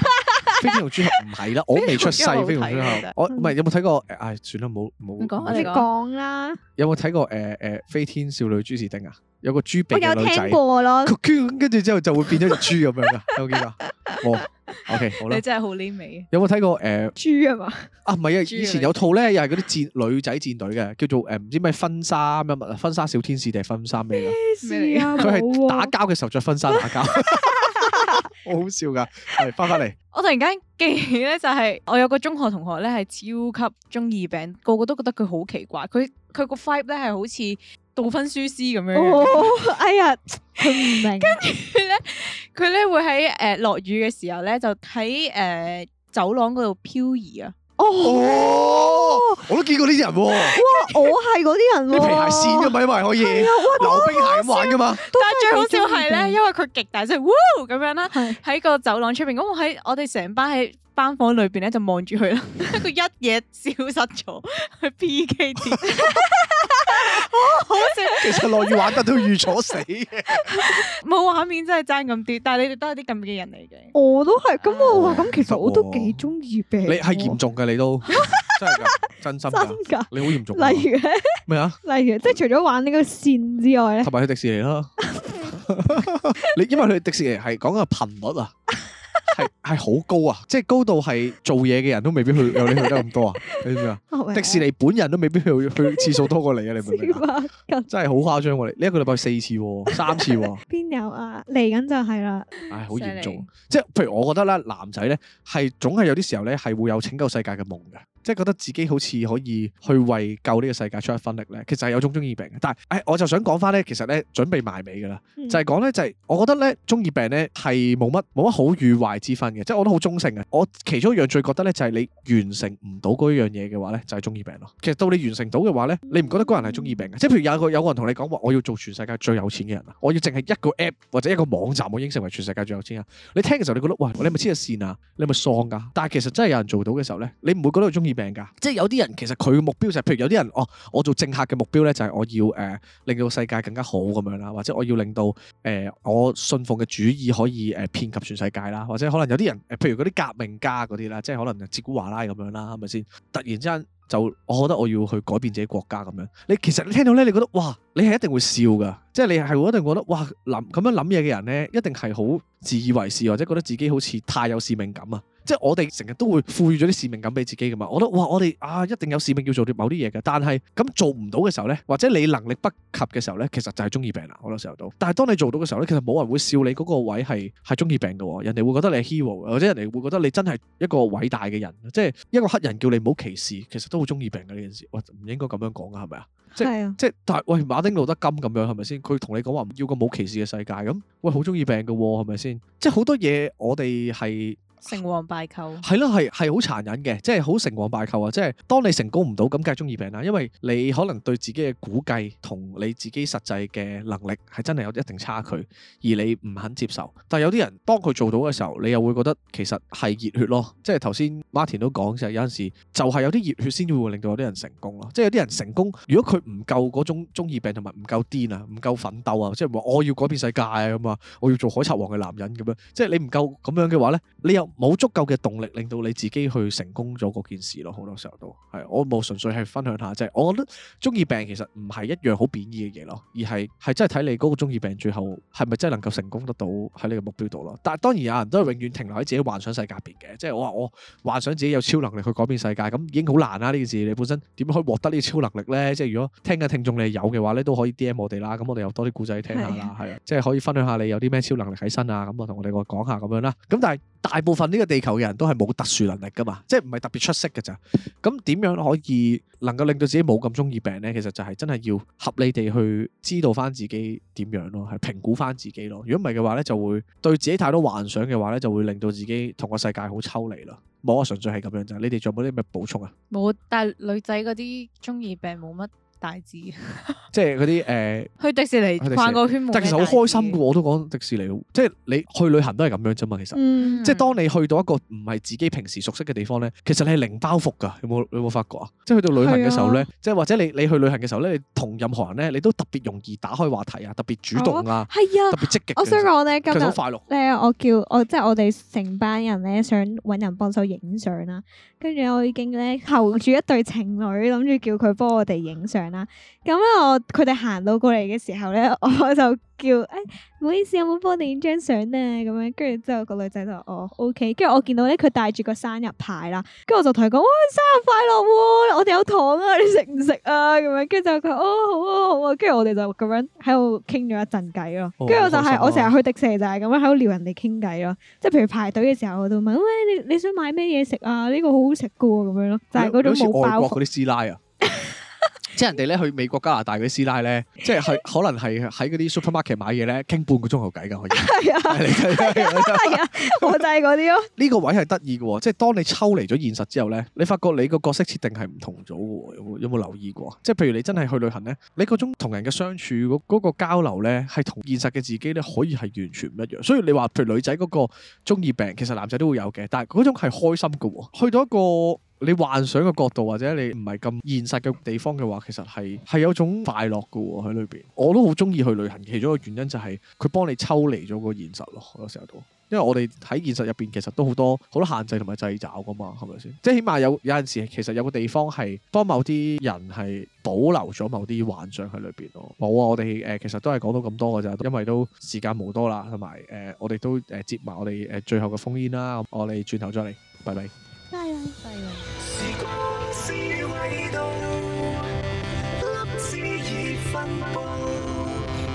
B: 飛天紅豬俠唔係啦，我都未出世。飛天
D: 飛天
B: 紅
D: 紅
B: 豬
D: 豬俠好睇
B: 俠
D: 嘅，
B: 我唔係有冇睇過？誒呃唉，算啦，冇冇。
D: 你講啊
A: 你
D: 你講
A: 講啦，
B: 有冇睇過誒誒飛天少女朱士丁啊？有個豬鼻
A: 我
B: 嘅
A: 有
B: 女仔
A: 聽，過咯。
B: 佢跟住之後就會變咗只豬咁樣噶，有冇見過？冇。OK，好啦
D: 你。真係好呢味
B: 有冇睇過誒？呃
A: 豬啊嘛，
B: 啊，唔係啊！
D: 豬啊
B: 以前有套咧，又係嗰啲戰女仔戰隊嘅，叫做誒唔知咩婚 紗咩乜啊，婚紗小天使定係婚紗咩㗎？
D: 咩嚟
A: 啊？
B: 佢
A: 冇
B: 係
A: 喎
B: 打交嘅時候着婚紗 打交，好好笑㗎。係翻返嚟，
D: 我突然間記起咧，就係我有個中學同學咧，係超級中意病，個個都覺得佢好奇怪。佢佢個 vibe 咧係好似道芬舒斯咁樣嘅，
A: 哦，哎呀，佢唔明，
D: 佢咧會喺誒落雨嘅時候咧，就喺誒、呃走廊嗰度漂移啊。
B: 哦，我都見過呢啲人喎，
A: 哇，我係嗰啲人
B: 啲皮
A: 喎，
B: 鞋線㗎嘛，因為可以
A: 啊
B: 溜冰鞋咁玩㗎嘛，
D: 但係最好笑係
A: 哦係
D: 咧，因為佢極大聲，哇咁樣啦，
A: 係
D: 喺個走廊出邊。咁我喺我哋成班喺班房裏邊咧就望住佢啦，佢一嘢消失咗，去 P K 跌。好笑，
B: 其實落雨玩得都預咗 死嘅。
D: 冇畫面真係爭咁啲，但係你哋都係啲咁嘅人嚟嘅。
A: 我都係，咁我話咁其
B: 得
A: 實我都
B: 喎
A: 幾中意病
B: 你
A: 喎，
B: 係嚴重嘅，你 都真係㗎，真心
A: 真
B: 㗎，
A: 㗎。
B: 你好嚴重㗎。
A: 例如咧，
B: 咩啊？
A: 例如即係除咗玩呢個線 之外咧，
B: 同埋去迪士尼啦。你因為佢迪士尼係講嘅頻率啊，係係好高啊，即係高到係做嘢嘅人都未必去有你去得咁多啊， 你知唔知啊？迪 士尼本人都未必去 去次數多過你啊，你明唔明啊？真係好誇張喎！你呢一個禮拜四次喎，三次 喎，
A: 邊有啊？嚟緊就係啦，
B: 唉，好
D: 犀利
B: 嚴重。啊即係譬如我覺得啦，男仔咧係總係有啲時候咧係會有拯救世界嘅夢嘅，即係覺得自己好似可以去為救呢個世界出一分力咧，其實係有種中二病嘅。但係，唉，我就想講翻咧，其實咧準備埋尾㗎啦。就係講咧，就係、我覺得咧，中二病咧係冇乜冇乜好與壞之分嘅，即係我都好中性嘅。我其中一樣最覺得咧，就係、你完成唔到嗰樣嘢嘅話咧，就係中二病咯。其實到你完成到嘅話咧，你唔覺得嗰人係中二病嘅？即係譬如有個有個人同你講話，我要做全世界最有錢嘅人啊，我要淨係一個 app 或者一個網站，我已經成為全世界最有錢人。你聽嘅時候，你覺得喂，你係咪黐咗線啊？你係咪喪㗎？但係其實真係有人做到嘅時候咧，你唔會覺得佢中二病㗎。即係有啲人其實佢嘅目標就係、譬如有啲人哦，我做政客嘅目標咧就係我要誒、呃令到世界更加好咁樣啦，或者我要令到誒、呃我信奉嘅主義可以誒、遍及全世界啦，或者可能有啲人誒、呃譬如嗰啲革命家嗰啲啦，即係可能哲古華拉咁樣啦，係咪先？突然之間就我覺得我要去改變自己國家咁樣，你其實你聽到咧，你覺得哇，你係一定會笑噶，即係你係會一定覺得哇諗咁樣諗嘢嘅人咧，一定係好自以為是，或者覺得自己好似太有使命感啊！即係我哋成日都會賦予咗啲使命感俾自己噶嘛，我覺得哇，我哋啊一定有使命要做啲某啲嘢嘅，但係咁做唔到嘅時候咧，或者你能力不及嘅時候咧，其實就係中二病啦，好多時候都。但係當你做到嘅時候咧，其實冇人會笑你嗰個位係係中二病嘅喎，人哋會覺得你係 hero，或者人哋會覺得你真係一個偉大嘅人，即係一個黑人叫你唔好歧視，其實都好中二病嘅呢件事，喂唔應該咁樣講噶係咪啊？即
A: 係啊，
B: 即係但係喂馬丁路德金咁樣係咪先？佢同你講話唔要個冇歧視嘅世界咁，喂好中二病嘅喎係咪先？即係好多嘢我哋係。
D: 成王敗寇，
B: 係咯，係係好殘忍嘅，即係好成王敗寇啊！即係當你成功唔到，咁梗係中二病啦，因為你可能對自己嘅估計同你自己實際嘅能力係真係有一定差距，而你唔肯接受。但係有啲人當佢做到嘅時候，你又會覺得其實係熱血咯，即係頭先 Martin 都講就係有陣時就係有啲熱血先至會令到有啲人成功咯，即係有啲人成功，如果佢唔夠嗰種中二病同埋唔夠癲啊，唔夠奮鬥啊，即係話我要改變世界啊咁啊，我要做海賊王嘅男人咁樣，即係你唔夠咁樣嘅話呢，你又冇足夠嘅動力令到你自己去成功咗嗰件事咯。好多時候都係我冇純粹係分享下，即係我覺得中二病其實唔係一樣好貶義嘅嘢咯，而係係真係睇你嗰個中二病最後係咪真係能夠成功得到喺你嘅目標度咯。但係當然有人都係永遠停留喺自己幻想世界入邊嘅，即係我話我 幻想自己有超能力去改變世界，咁已經好難啦呢件事。你本身點樣可以獲得呢個超能力呢？即係如果聽緊聽眾你有嘅話咧，都可以 D M 我哋啦。咁我哋有多啲故仔聽下
A: 係
B: 啦
A: 啊，
B: 係啊，即係可以分享下你有啲咩超能力喺身啊。咁我同我哋個講下咁樣啦。咁但係大部分呢個地球嘅人都係冇特殊能力噶嘛，即係唔係特別出色嘅咋。咁點樣可以能夠令到自己冇咁中意病呢？其實就係真係要合理地去知道翻自己點樣咯，係評估翻自己咯。如果唔係嘅話呢，就會對自己太多幻想嘅話呢，就會令到自己同個世界好抽離咯。冇啊，純粹係咁樣咋。你哋仲有冇啲咩補充啊？
D: 冇，但係女仔嗰啲中二病冇乜大志，
B: 即係嗰啲誒，
D: 去迪士尼
B: 去迪士尼
D: 逛個圈冇咩大
B: 但
D: 志。
B: 其實好開心嘅喎，我都講迪士尼，即係你去旅行都係咁樣啫嘛。其實。
A: 嗯，
B: 即係當你去到一個唔係自己平時熟悉嘅地方咧，其實你係零包袱㗎，有冇你有冇發覺啊？即係去到旅行嘅時候咧，
A: 啊
B: 即係或者你你去旅行嘅時候咧，你同任何人咧，你都特別容易打開話題啊，特別主動啊，
A: 係啊
B: 特，別積極嘅。
A: 我想講啊咧，
B: 其
A: 今
B: 實其實好
A: 日。
B: 快樂。
A: 咧，我叫我即係我哋成班人咧，想揾人幫手影相啦。跟住我已經咧求住一對情侶，諗住叫佢幫我哋影相啦。咁咧，我佢哋行到過嚟嘅時候咧，我就叫誒，哎唔、好意思，有冇幫你影張相咧？咁樣，跟住之後個女仔就話哦 OK。跟住我見到咧，佢帶住個生日牌啦，跟住我就同佢講：哇，生日快樂喎、我哋有糖啊，你食唔食啊？咁樣，跟住就佢哦好啊好啊，跟住我哋就咁樣喺度傾咗一陣偈咯
B: 哦。
A: 跟住我就
B: 好開心
A: 係
B: 啊
A: 我成日去迪士尼就係咁樣喺度撩人哋傾偈咯。即係譬如排隊嘅時候，我都問：喂，你你想買咩嘢食啊？呢個好好食噶喎，咁樣咯，就係嗰種
B: 你好似
A: 冇
B: 外
A: 包
B: 國
A: 袱。
B: 嗰啲師奶 啊。即係人哋咧去美國加拿大嗰啲師奶咧，即係係可能係喺嗰啲 supermarket 買嘢咧，傾半個鐘頭偈㗎可以。
A: 係啊，
B: 係你睇
A: 係啊，我就係嗰啲咯。
B: 呢個位係得意嘅喎，即係當你抽離咗現實之後呢，你發覺你個角色設定係唔同咗嘅喎，有冇有冇留意過？即係譬如你真係去旅行呢，你嗰種同人嘅相處嗰嗰個交流呢，係同現實嘅自己呢可以係完全唔一樣。所以你話譬如女仔嗰個中意病，其實男仔都會有嘅，但係嗰種係開心嘅喎，去到一個。你幻想嘅角度或者你唔係咁現實嘅地方嘅話，其實係係有種快樂嘅喎喺裏邊。我都好中意去旅行，其中一個原因就係佢幫你抽離咗個現實咯，好多時候都。因為我哋喺現實入邊其實都好多好多限制同埋掣肘噶嘛，係咪先？即係起碼有有陣時其實有個地方係幫某啲人係保留咗某啲幻想喺裏邊咯。冇啊，我哋誒、呃其實都係講到咁多㗎咋，因為都時間冇多啦，同埋誒我哋都誒、呃接埋我哋誒、呃最後嘅烽煙啦。我哋轉頭再嚟，拜拜。
E: 啊
F: 時光是維度，粒子已分布，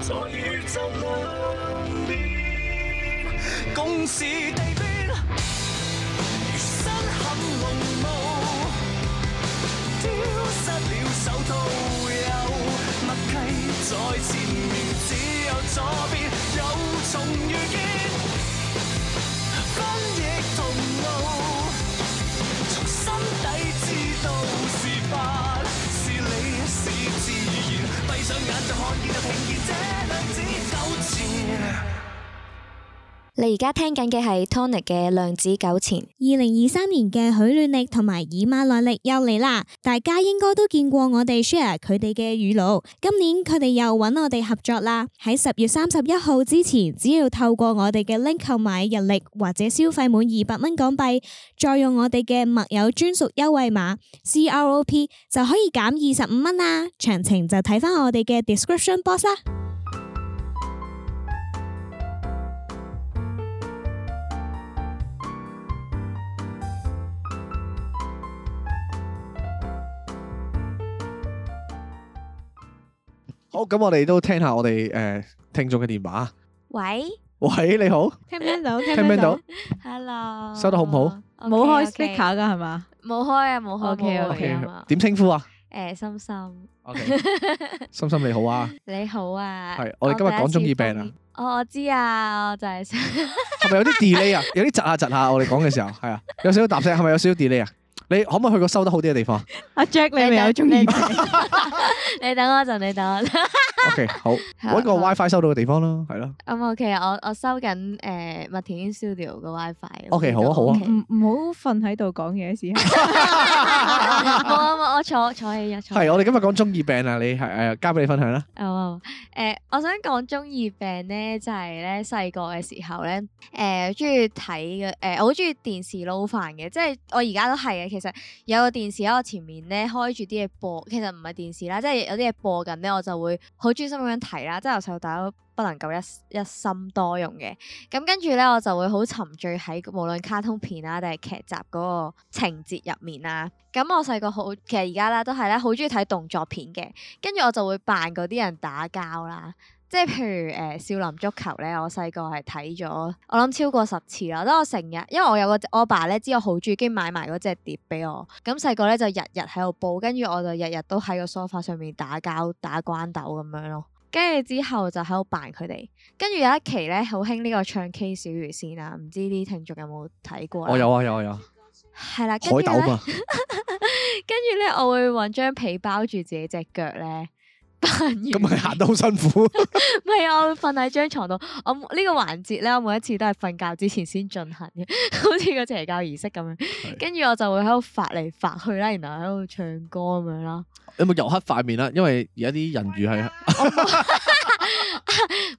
F: 在宇宙兩邊，共是地邊，餘生很濃霧，丟失了手套有默契，在前面只有左邊有重遇見，分亦同路。從心底知道是法，是理是自然。閉上眼就看見就聽見這兩字糾纏。
E: 你而家聽緊嘅係 Tonic 嘅量子糾纏。
G: 二零二三年嘅許願力同埋以馬內力又嚟啦，大家應該都見過我哋 share 佢哋嘅語錄。今年佢哋又揾我哋合作啦。喺十月三十一號之前，只要透過我哋嘅 link 購買日曆或者消費滿二百蚊港幣，再用我哋嘅麥友專屬優惠碼 CROP 就可以減二十五蚊啦。詳情就睇翻我哋嘅 description box 啦。
B: 好，咁我哋都聽下我哋誒、呃、聽眾嘅電話。
E: 喂
B: 喂，你好，
A: 聽唔聽到？聽
B: 聽唔聽到？？
E: ，Hello，
B: 收得好唔好？
D: 冇開
E: OK，OK
D: speaker 噶係嘛？
E: 冇開啊，冇開
D: OK，OK
E: 冇
B: OK，
E: 開啊
B: 點稱呼啊
E: 誒，心心，
B: ？OK，心心你好啊，
E: 你好啊。
B: 係我哋今日講中意病啊，
E: 哦，我知啊，我就係想，
B: 係咪 有啲 delay 啊？有啲窒下窒下，我哋講嘅時候係啊，有少少搭聲，係咪有少少 delay 啊？你可唔可以去個收得好啲嘅 地方
D: 阿 Jack 你咪有中意
E: 你等？ 你等我一陣，你等我一陣。
B: ？OK，好，
E: 好
B: 揾個 WiFi 收到嘅地方啦，係咯。
E: 咁 OK，我啊我收緊誒麥田圈 studio 嘅 WiFi。
B: OK，好啊好啊
D: 唔唔好瞓喺度講嘢時候，
E: 冇啊冇，我
H: 坐坐坐起咗，坐起
B: 係，我哋今日講中二病啊，你係诶，交俾你分享啦。
H: 哦，誒，我想講中二病咧，就係咧細個嘅時候咧，誒中意睇嘅，誒我好中意電視撈飯嘅，即係我而家都係嘅。其實有個電視喺我前面咧，開住啲嘢播，其實唔係電視啦，即係有啲嘢播緊咧，我就會好專心咁樣睇啦。即係由細到大都不能夠一一心多用嘅。咁跟住咧，我就會好沉醉喺無論卡通片啊啦，定係劇集嗰個情節入面啦。咁我細個好，其實而家啦都係咧，好中意睇動作片嘅。跟住我就會扮嗰啲人打交啦。即係譬如誒、呃少林足球咧，我細個係睇咗，我諗超過十次啦。得我成日，因為我有個我爸咧知我好中意，跟住買埋嗰隻碟俾我。咁細個咧就日日喺度煲，跟住我就日日都喺個 sofa 上面打交打關鬥咁樣咯。跟住之後就喺度扮佢哋。跟住有一期咧好興呢個唱 K 小魚仙啦，唔知啲聽眾有冇睇過啦？
B: 我有啊，有啊，有啊，
H: 係啦，
B: 海
H: 跟住
B: 膽
H: 咧
B: 啊，
H: 跟住咧，我會揾張被包住自己隻腳咧，扮完
B: 咁咪行得好辛苦。
H: 唔係啊，我會瞓喺張床度。我呢、個環節咧，我每一次都係瞓覺之前先進行嘅， 好似個邪教儀式咁樣。跟住我就會喺度發嚟發去啦，然後喺度唱歌咁樣啦。
B: 有冇油黑塊面啦？啊因為而家啲人魚 係。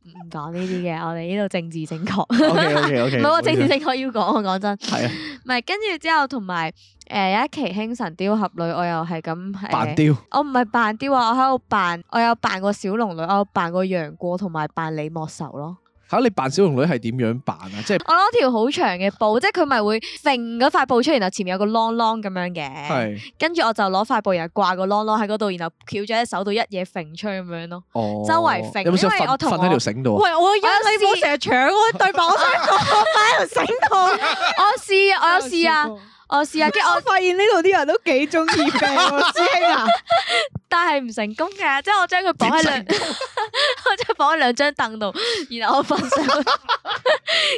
H: 唔唔講呢 啲嘅，我哋呢度政治正確。
B: O K O K O
H: 唔
B: K，
H: 係喎，政治正確要講，我講真。
B: 係啊，
H: 唔係，跟住之後同埋誒有一期《興神雕俠侶》，我又係咁誒
B: 扮雕。
H: 我唔係扮雕啊，我喺度扮，我有扮過小龍女，我有扮過楊過，同埋扮李莫愁咯。
B: 吓你扮小龍女係點樣扮啊？即係
H: 我攞條好長嘅布，即係佢咪會揈嗰塊布出嚟，然後前面有個啷啷咁樣嘅，
B: 係
H: 跟住我就攞塊布，然後掛個啷啷喺嗰度，然後翹咗喺手度一嘢揈出去咁樣咯。
B: 哦，
H: 周圍揈
B: 有冇想
H: 因為
B: 瞓
H: 我同
B: 瞓喺條
H: 我
B: 繩 度啊？
D: 喂，我有
H: 我有
D: 你冇
H: 試
D: 成日搶我對白，我想講喺度醒到。
H: 我試，我有試啊，我試啊，跟住我
A: 我發現呢度啲人都幾中意病 喎，師兄啊！
H: 但係唔成功嘅，即係我將佢綁喺兩， 我將佢綁喺兩張凳度，然後我瞓上去，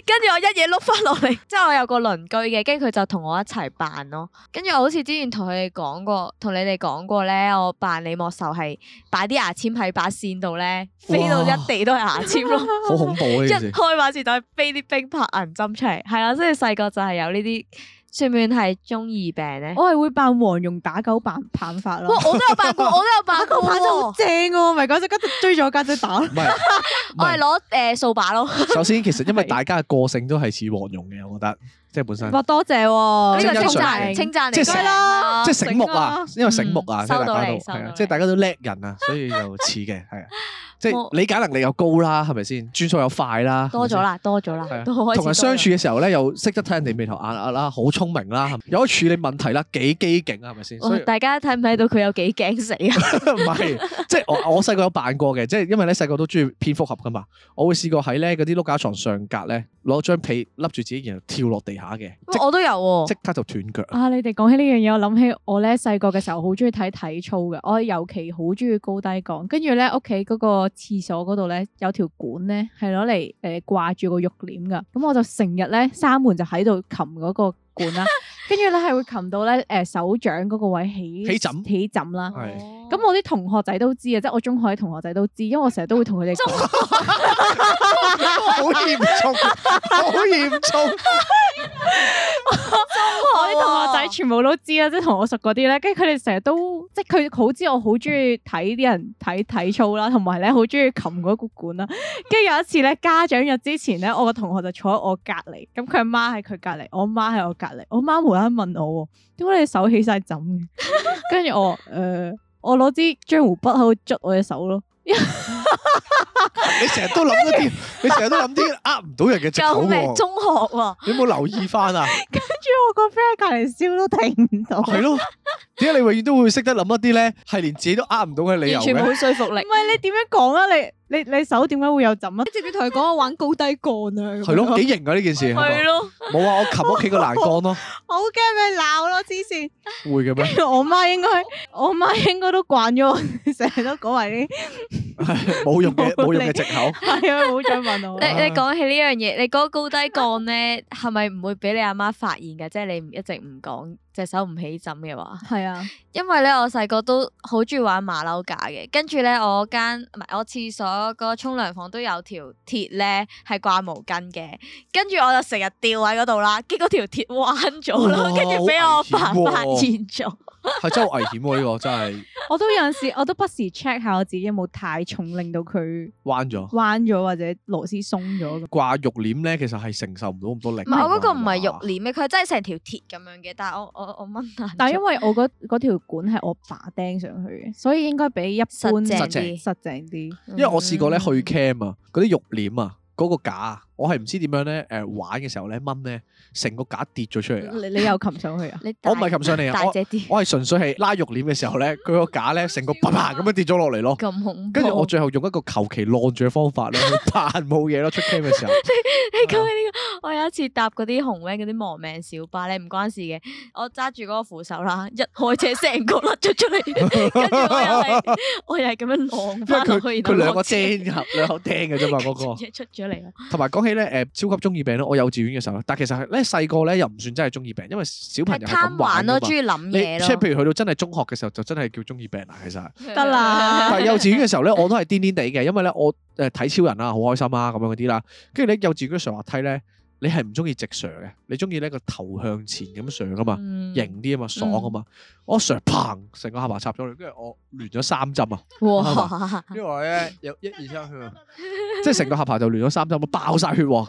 H: 跟住我一嘢碌翻落嚟。即係我有個鄰居嘅，跟住佢就同我一齊扮咯。跟住我好似之前同佢哋講過，同你哋講過咧，我扮李莫愁係擺啲牙籤喺把扇度咧，飛到
B: 哇
H: 一地都係牙籤 咯。
B: 好恐怖啊！呢
H: 一
B: 件事
H: 開把扇就係飛啲冰魄銀針出嚟，係啦，啊所以細個就係有呢啲，算唔算係中二病咧？
D: 我係會扮黃蓉打狗扮棒法
H: 哇！
D: 咯。
H: 我都有扮 過，我都有扮過
D: 個棒真係
H: 喎
D: 好。正喎，咪嗰只家姐追咗家姐打咯。
B: 唔係，唔
H: 我係
B: 係。
H: 攞誒掃把咯，
B: 首先， 其實因為大家嘅個性都係似黃蓉嘅，我覺得即係本身
D: 哇，多謝喎，
H: 呢個
B: 個
H: 稱
B: 稱
H: 讚
B: 讚
H: 稱讚
B: 即係
H: 嚟嘅
B: 成
H: 啦，
B: 即係醒目啊，因為醒目啊，
H: 嗯
B: 即係
H: 收到
B: 大家
H: 你
B: 都
H: 收
B: 係
H: 到
B: 啊，
H: 你
B: 即係大家都叻人啊，所以就似嘅， 係啊，即
H: 冇
B: 係理解能力又高啦，係咪先？轉數又快啦，
H: 多咗啦，多咗啦
B: 係啊，
H: 都開始
B: 同人相
H: 多咗
B: 處嘅時候咧，又識得睇人哋眉頭眼額啦，好聰明啦，係咪有得處理問題啦，幾機警啊，係咪先？所
H: 哇
B: 以
H: 哦大家睇唔睇到佢有幾驚死 啊？
B: 唔係，即係我我細個有扮過嘅，即係因為咧細個都中意蝙蝠俠噶嘛，我會試過喺咧嗰啲碌架床上格咧攞張被笠住自己，然後跳落地下嘅，即
H: 我都有喎
B: 即，刻就斷腳。
H: 哦
D: 啊！你哋講起呢樣嘢，我諗起我咧細個嘅時候好中意睇體操嘅，我尤其好中意高低槓。跟住咧屋企嗰個廁所嗰度咧有條管咧係攞嚟誒掛住個浴簾噶，咁我就成日咧閂門就喺度擒嗰個管 啦，跟住咧係會擒到咧誒、呃手掌嗰個位起
B: 起枕
D: 起枕啦。
B: 係
H: 哦
D: 咁我啲同學仔都知啊嘅，即係我中學啲同學仔都知，因為我成日都會同佢哋
H: 啊
D: 講。
B: 好嚴重，好嚴重。
D: 我啲同學
B: 哦
D: 仔全部都知啦，即係同我熟嗰啲咧，跟住佢哋成日都即係佢好知我好中意睇啲人睇體操啦，同埋咧好中意擒嗰個管啦。跟住有一次咧，家長日之前咧，我個同學就坐喺我隔離，咁佢阿媽喺佢隔離，我阿媽喺我隔離，我媽無啦啦問我喎，點解你手起晒枕嘅？跟住我誒、呃我攞支漿糊筆喺度捽我隻手咯。
B: 你成日都諗嗰啲，你成日都諗啲呃唔到人嘅藉
H: 救
B: 口
H: 命！
B: 喎。
H: 中學喎，
B: 你有冇留意翻啊？
D: 跟住我個 friend 隔離笑都停唔 到。
B: 係咯，點解你永遠都會識得諗一啲咧，係連自己都呃唔到嘅理由
H: 完全冇
B: 嘅？
H: 說服
D: 唔
H: 力。
D: 係你點樣講啊？你你你手點解會有枕啊？
A: 直接同佢講我玩高低槓啊！
B: 係咯，幾型啊呢件事係
H: 係
B: 嘛？
H: 咯，
B: 冇啊，我擒屋企個欄杆咯，
A: 好驚俾佢鬧咯，黐線！
B: 會嘅咩？
D: 我媽應該，我媽應該都慣咗我， 成日都講埋啲
B: 冇用嘅，冇用嘅藉口。
D: 係啊，好想問我
H: 你。你講起呢樣嘢，你嗰個高低槓咧，係咪唔會俾你阿媽發現嘅？即係你唔一直唔講隻手唔起枕嘅話。
D: 係啊，
H: 因為咧，我細個都好中意玩馬騮架嘅，跟住咧，我間唔係我廁所嗰個沖涼房都有條鐵咧係掛毛巾嘅，跟住我就成日吊喺嗰度啦，結果條鐵彎咗
B: 哇
H: 哦咯，跟住俾我阿爸
B: 哦好危險喎
H: 發現咗，
B: 係真係好危險喎！呢個真係
D: 我都有阵时，我都不時 check 下我自己有冇太重，令到佢
B: 彎咗。
D: 彎咗或者螺絲鬆咗咁。
B: 掛肉鏈咧，其實係承受唔到咁多力㗎
H: 唔
B: 嘛。
H: 係我嗰個唔係
B: 嘛
H: 肉鏈咩，佢係真係成條鐵咁樣嘅，但係我我我掹下咗，
D: 但係因為我嗰嗰條管係我爸釘上去嘅，所以應該比一般
B: 實
H: 實淨
B: 淨
H: 啲，
D: 實淨啲。
B: 因為我試過咧去
H: 嗯
B: cam 啊，嗰啲肉鏈啊，嗰、個架啊，我係唔知點樣咧，誒、玩嘅時候咧掹咧，成個架跌咗出嚟啊！
D: 你你又擒上去啊？
H: 你
B: 我唔
H: 大
B: 係擒上嚟啊，
H: 大
B: 我
H: 隻啲，
B: 我係純粹係拉肉鏈嘅時候咧，佢個架咧成個啪啪咁樣跌咗落嚟 咯。
H: 咁恐怖。
B: 跟住我最後用一個求其晾住嘅方法咧，去 扮冇嘢咯。出 cam 嘅時候，
H: 你
B: 啊
H: 講起呢個，我有一次搭嗰啲紅 van 嗰啲亡命小巴咧，唔關事嘅。我揸住嗰個扶手啦，一開車成個甩咗出嚟， 跟住我又係我又係咁樣晾
B: 因為
H: 翻落去，
B: 佢
H: 然後
B: 佢兩個
H: 落車
B: 釘合兩口釘嘅啫嘛，嗰、個。
H: 嘢出咗嚟啦。
B: 同埋講起咧，誒、超級中二病咧，我幼稚園嘅時候，但其實係咧細個咧又唔算真係中二病，因為小朋
H: 係
B: 友係咁玩
H: 貪玩
B: 㗎
H: 咯，
B: 嘛
H: 中意諗
B: 你
H: 嘢
B: 即係
H: 咯，
B: 譬如去到真係中學嘅時候，就真係叫中二病 啦。其實係，
D: 得啦
B: 但係幼稚園嘅時候咧，我都係癲癲地嘅，因為咧我誒睇超人啦，好開心啊咁樣嗰啲啦。跟住咧幼稚園嘅上滑梯咧，你係唔中意直上嘅，你中意呢個頭向前咁上噶嘛，
H: 嗯
B: 型啲啊嘛，爽啊嘛。我上砰成個下巴插咗嚟，跟住我亂咗三針啊！
H: 哇！
B: 因為咧有一二三 血，即係成個下巴就亂咗三針，爆晒血 喎！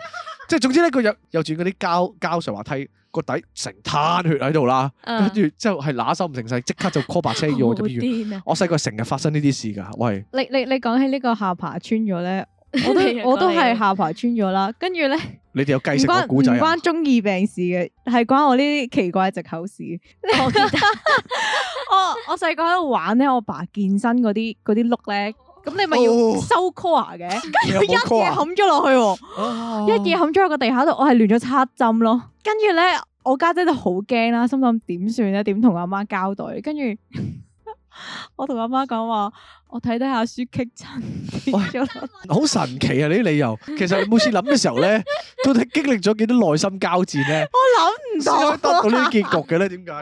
B: 即係總之咧，個幼幼稚園嗰啲膠膠上滑梯個底成攤血喺度啦，跟
D: 啊
H: 嗯
B: 住之後係揦手唔成勢，即刻就 call 白車要我入醫院。
H: 癲啊！
B: 我細個成日發生呢啲事㗎，喂，
D: 你你你講起呢個下巴穿咗咧，我
H: 你又
D: 都我都
H: 講起
D: 係下巴穿咗啦。跟住咧。
B: 你哋有
D: 唔
B: 雞食我
D: 關
B: 古仔
D: 唔
B: 啊
D: 關？中二病事嘅，係關我呢啲奇怪藉口事。
H: 我記得
D: 我我細個喺度玩咧，我爸健身嗰啲嗰啲碌咧，咁你咪要
B: 哦
D: 收 core 嘅，
B: 你有
D: 佢一
B: 冇 call
D: 嘢
B: 啊
D: 冚咗落去喎。
B: 啊
D: 一嘢冚咗喺個地下度，我係亂咗七針咯。 跟住咧，我家姐就好驚啦，心諗點算咧？點同阿媽交代？跟住 我同阿媽講話，我睇睇下書棘親跌咗落嚟。
B: 好神奇啊！呢啲理由，其實你每次諗嘅時候咧，到底經歷咗幾多內心交戰咧，
D: 我諗唔
B: 先可以得
D: 到，
B: 到呢啲結局嘅咧？點解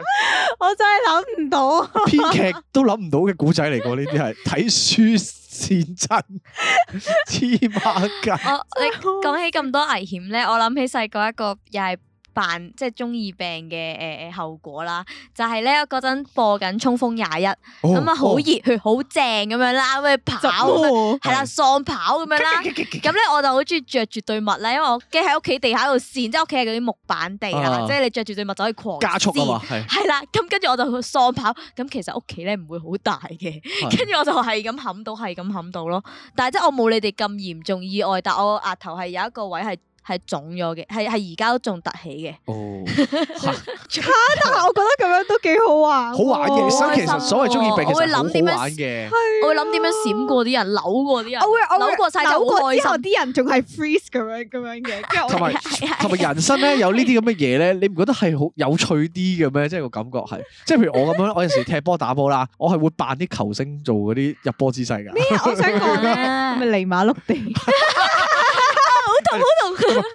D: 我真係諗唔到。
B: 編劇都諗唔到嘅古仔嚟㗎？呢啲係睇書先真，黐孖筋。
H: 我你講起咁多危險咧，我諗起細個一個又係扮即係中二病嘅誒誒後果啦，就係咧嗰陣播緊《衝鋒廿一》。
B: 哦
H: 咁啊好熱血好正咁樣啦，咁去啊跑咁樣，係啦喪跑咁樣啦。咁咧我就好中意着住對襪啦，因為我驚喺屋企地下度跣，即係屋企係嗰啲木板地啦，
B: 啊
H: 即係你着住對襪就可以狂
B: 加速啊嘛，
H: 跣！
B: 係
H: 係啦，咁跟住我就喪跑，咁其實屋企咧唔會好大嘅，
B: 係
H: 跟住我就係咁冚到，係咁冚到咯。但係即係我冇你哋咁嚴重意外，但我額頭係有一個位係係腫咗嘅，係係而家都仲突起嘅。
B: 哦，
A: 但係我覺得咁樣都幾好玩喎，
B: 好玩嘅。
H: 好
B: 所以
H: 開
B: 其
H: 心啊
B: 實所謂中二病其
H: 我會
B: 實好
H: 諗點樣
B: 好玩嘅。
H: 我會諗點樣閃過啲人，扭過啲人，
A: 我會我會
H: 扭過晒就好
A: 扭過
H: 開
A: 之
H: 心
A: 後。啲人仲係 freeze 咁樣咁樣嘅，跟住
B: 同
A: 我
B: 埋同埋人生咧有呢啲咁嘅嘢咧，你唔覺得係好有趣啲嘅咩？即係個感覺係，即係譬如我咁樣， 我有時踢波打波啦，我係會扮啲球星做嗰啲入波姿勢㗎。
A: 咩啊？我想講咧，
H: 啊
D: 咪尼馬碌地。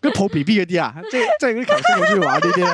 B: 跟住抱 B B 嗰啲啊，即係即係嗰啲球星好中意玩呢啲咧。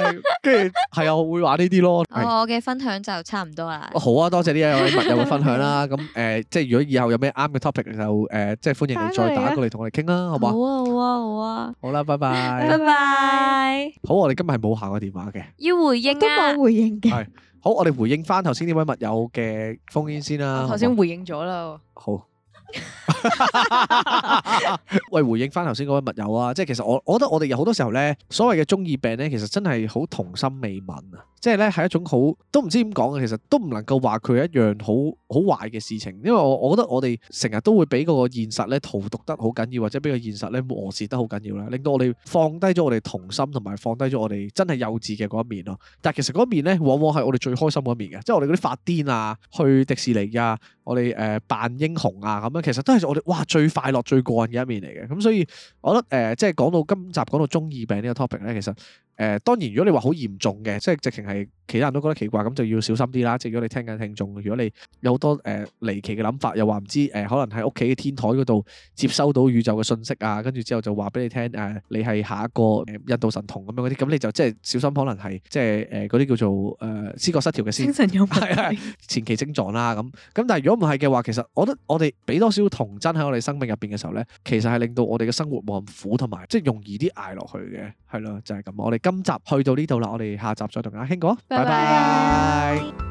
B: 跟住係啊，我會玩呢啲咯。係
H: 哦我嘅分享就差唔多啦。
B: 好啊，多謝呢一位密友嘅分享啦。咁誒、呃即係如果以後有咩啱嘅 topic 就誒、即係歡迎你再打過嚟同我哋傾啦，好嘛？
H: 啊，好啊，好啊，
B: 好啦，拜拜
H: 拜。拜。
B: 好，我哋今日係冇下個電話嘅。
H: 要回應
A: 都
H: 啊
A: 冇，回應嘅。
B: 好，我哋回應翻頭先呢位密友嘅封煙先啦。
D: 我啊頭
B: 好
D: 先
B: 嘛
D: 回應咗啦。
B: 好。 喂，回應翻頭先嗰位密友啊，即係其實我，我覺得我哋有好多時候咧，所謂嘅中二病咧，其實真係好童心未泯啊，即係咧係一種好都唔知點講啊嘅，其實都唔能夠話佢係一樣好好壞嘅事情，因為我我覺得我哋成日都會俾嗰個現實咧荼毒得好緊要，或者俾個現實咧磨蝕得好緊要啦，令到我哋放低咗我哋童心，同埋放低咗我哋真係幼稚嘅嗰一面咯。但係其實嗰一面咧，往往係我哋最開心嗰一面嘅，即係我哋嗰啲發癲啊，去迪士尼啊，我哋誒、呃扮英雄啊咁樣，其實都係我哋哇最快樂、最過癮嘅一面嚟嘅。咁所以我覺得誒、呃即係講到今集講到中二病呢個 topic 咧，其實誒、呃、當然如果你話好嚴重嘅，即係直情係其他人都覺得奇怪，咁就要小心啲啦。即係如果你聽緊聽眾，如果你有好多誒、呃、離奇嘅諗法，又話唔知誒、呃可能喺屋企嘅天台嗰度接收到宇宙嘅信息啊，跟住之後就話俾你聽誒、呃你係下一個呃印度神童咁樣嗰啲，咁你就即係小心，可能係即係誒嗰啲叫做誒、呃思覺失調嘅先
D: 精。神有
B: 係
D: 問
B: 係
D: 題。
B: 前期症狀啦，咁咁但係如果唔係嘅話，其實我覺得我哋俾多少童真喺我哋生命入邊嘅時候咧，其實係令到我哋嘅生活冇咁苦，同埋即係容易啲捱落去嘅，係咯，就係咁。我哋今集去到呢度啦，我哋下集再同大家傾過，拜
H: 拜
B: 拜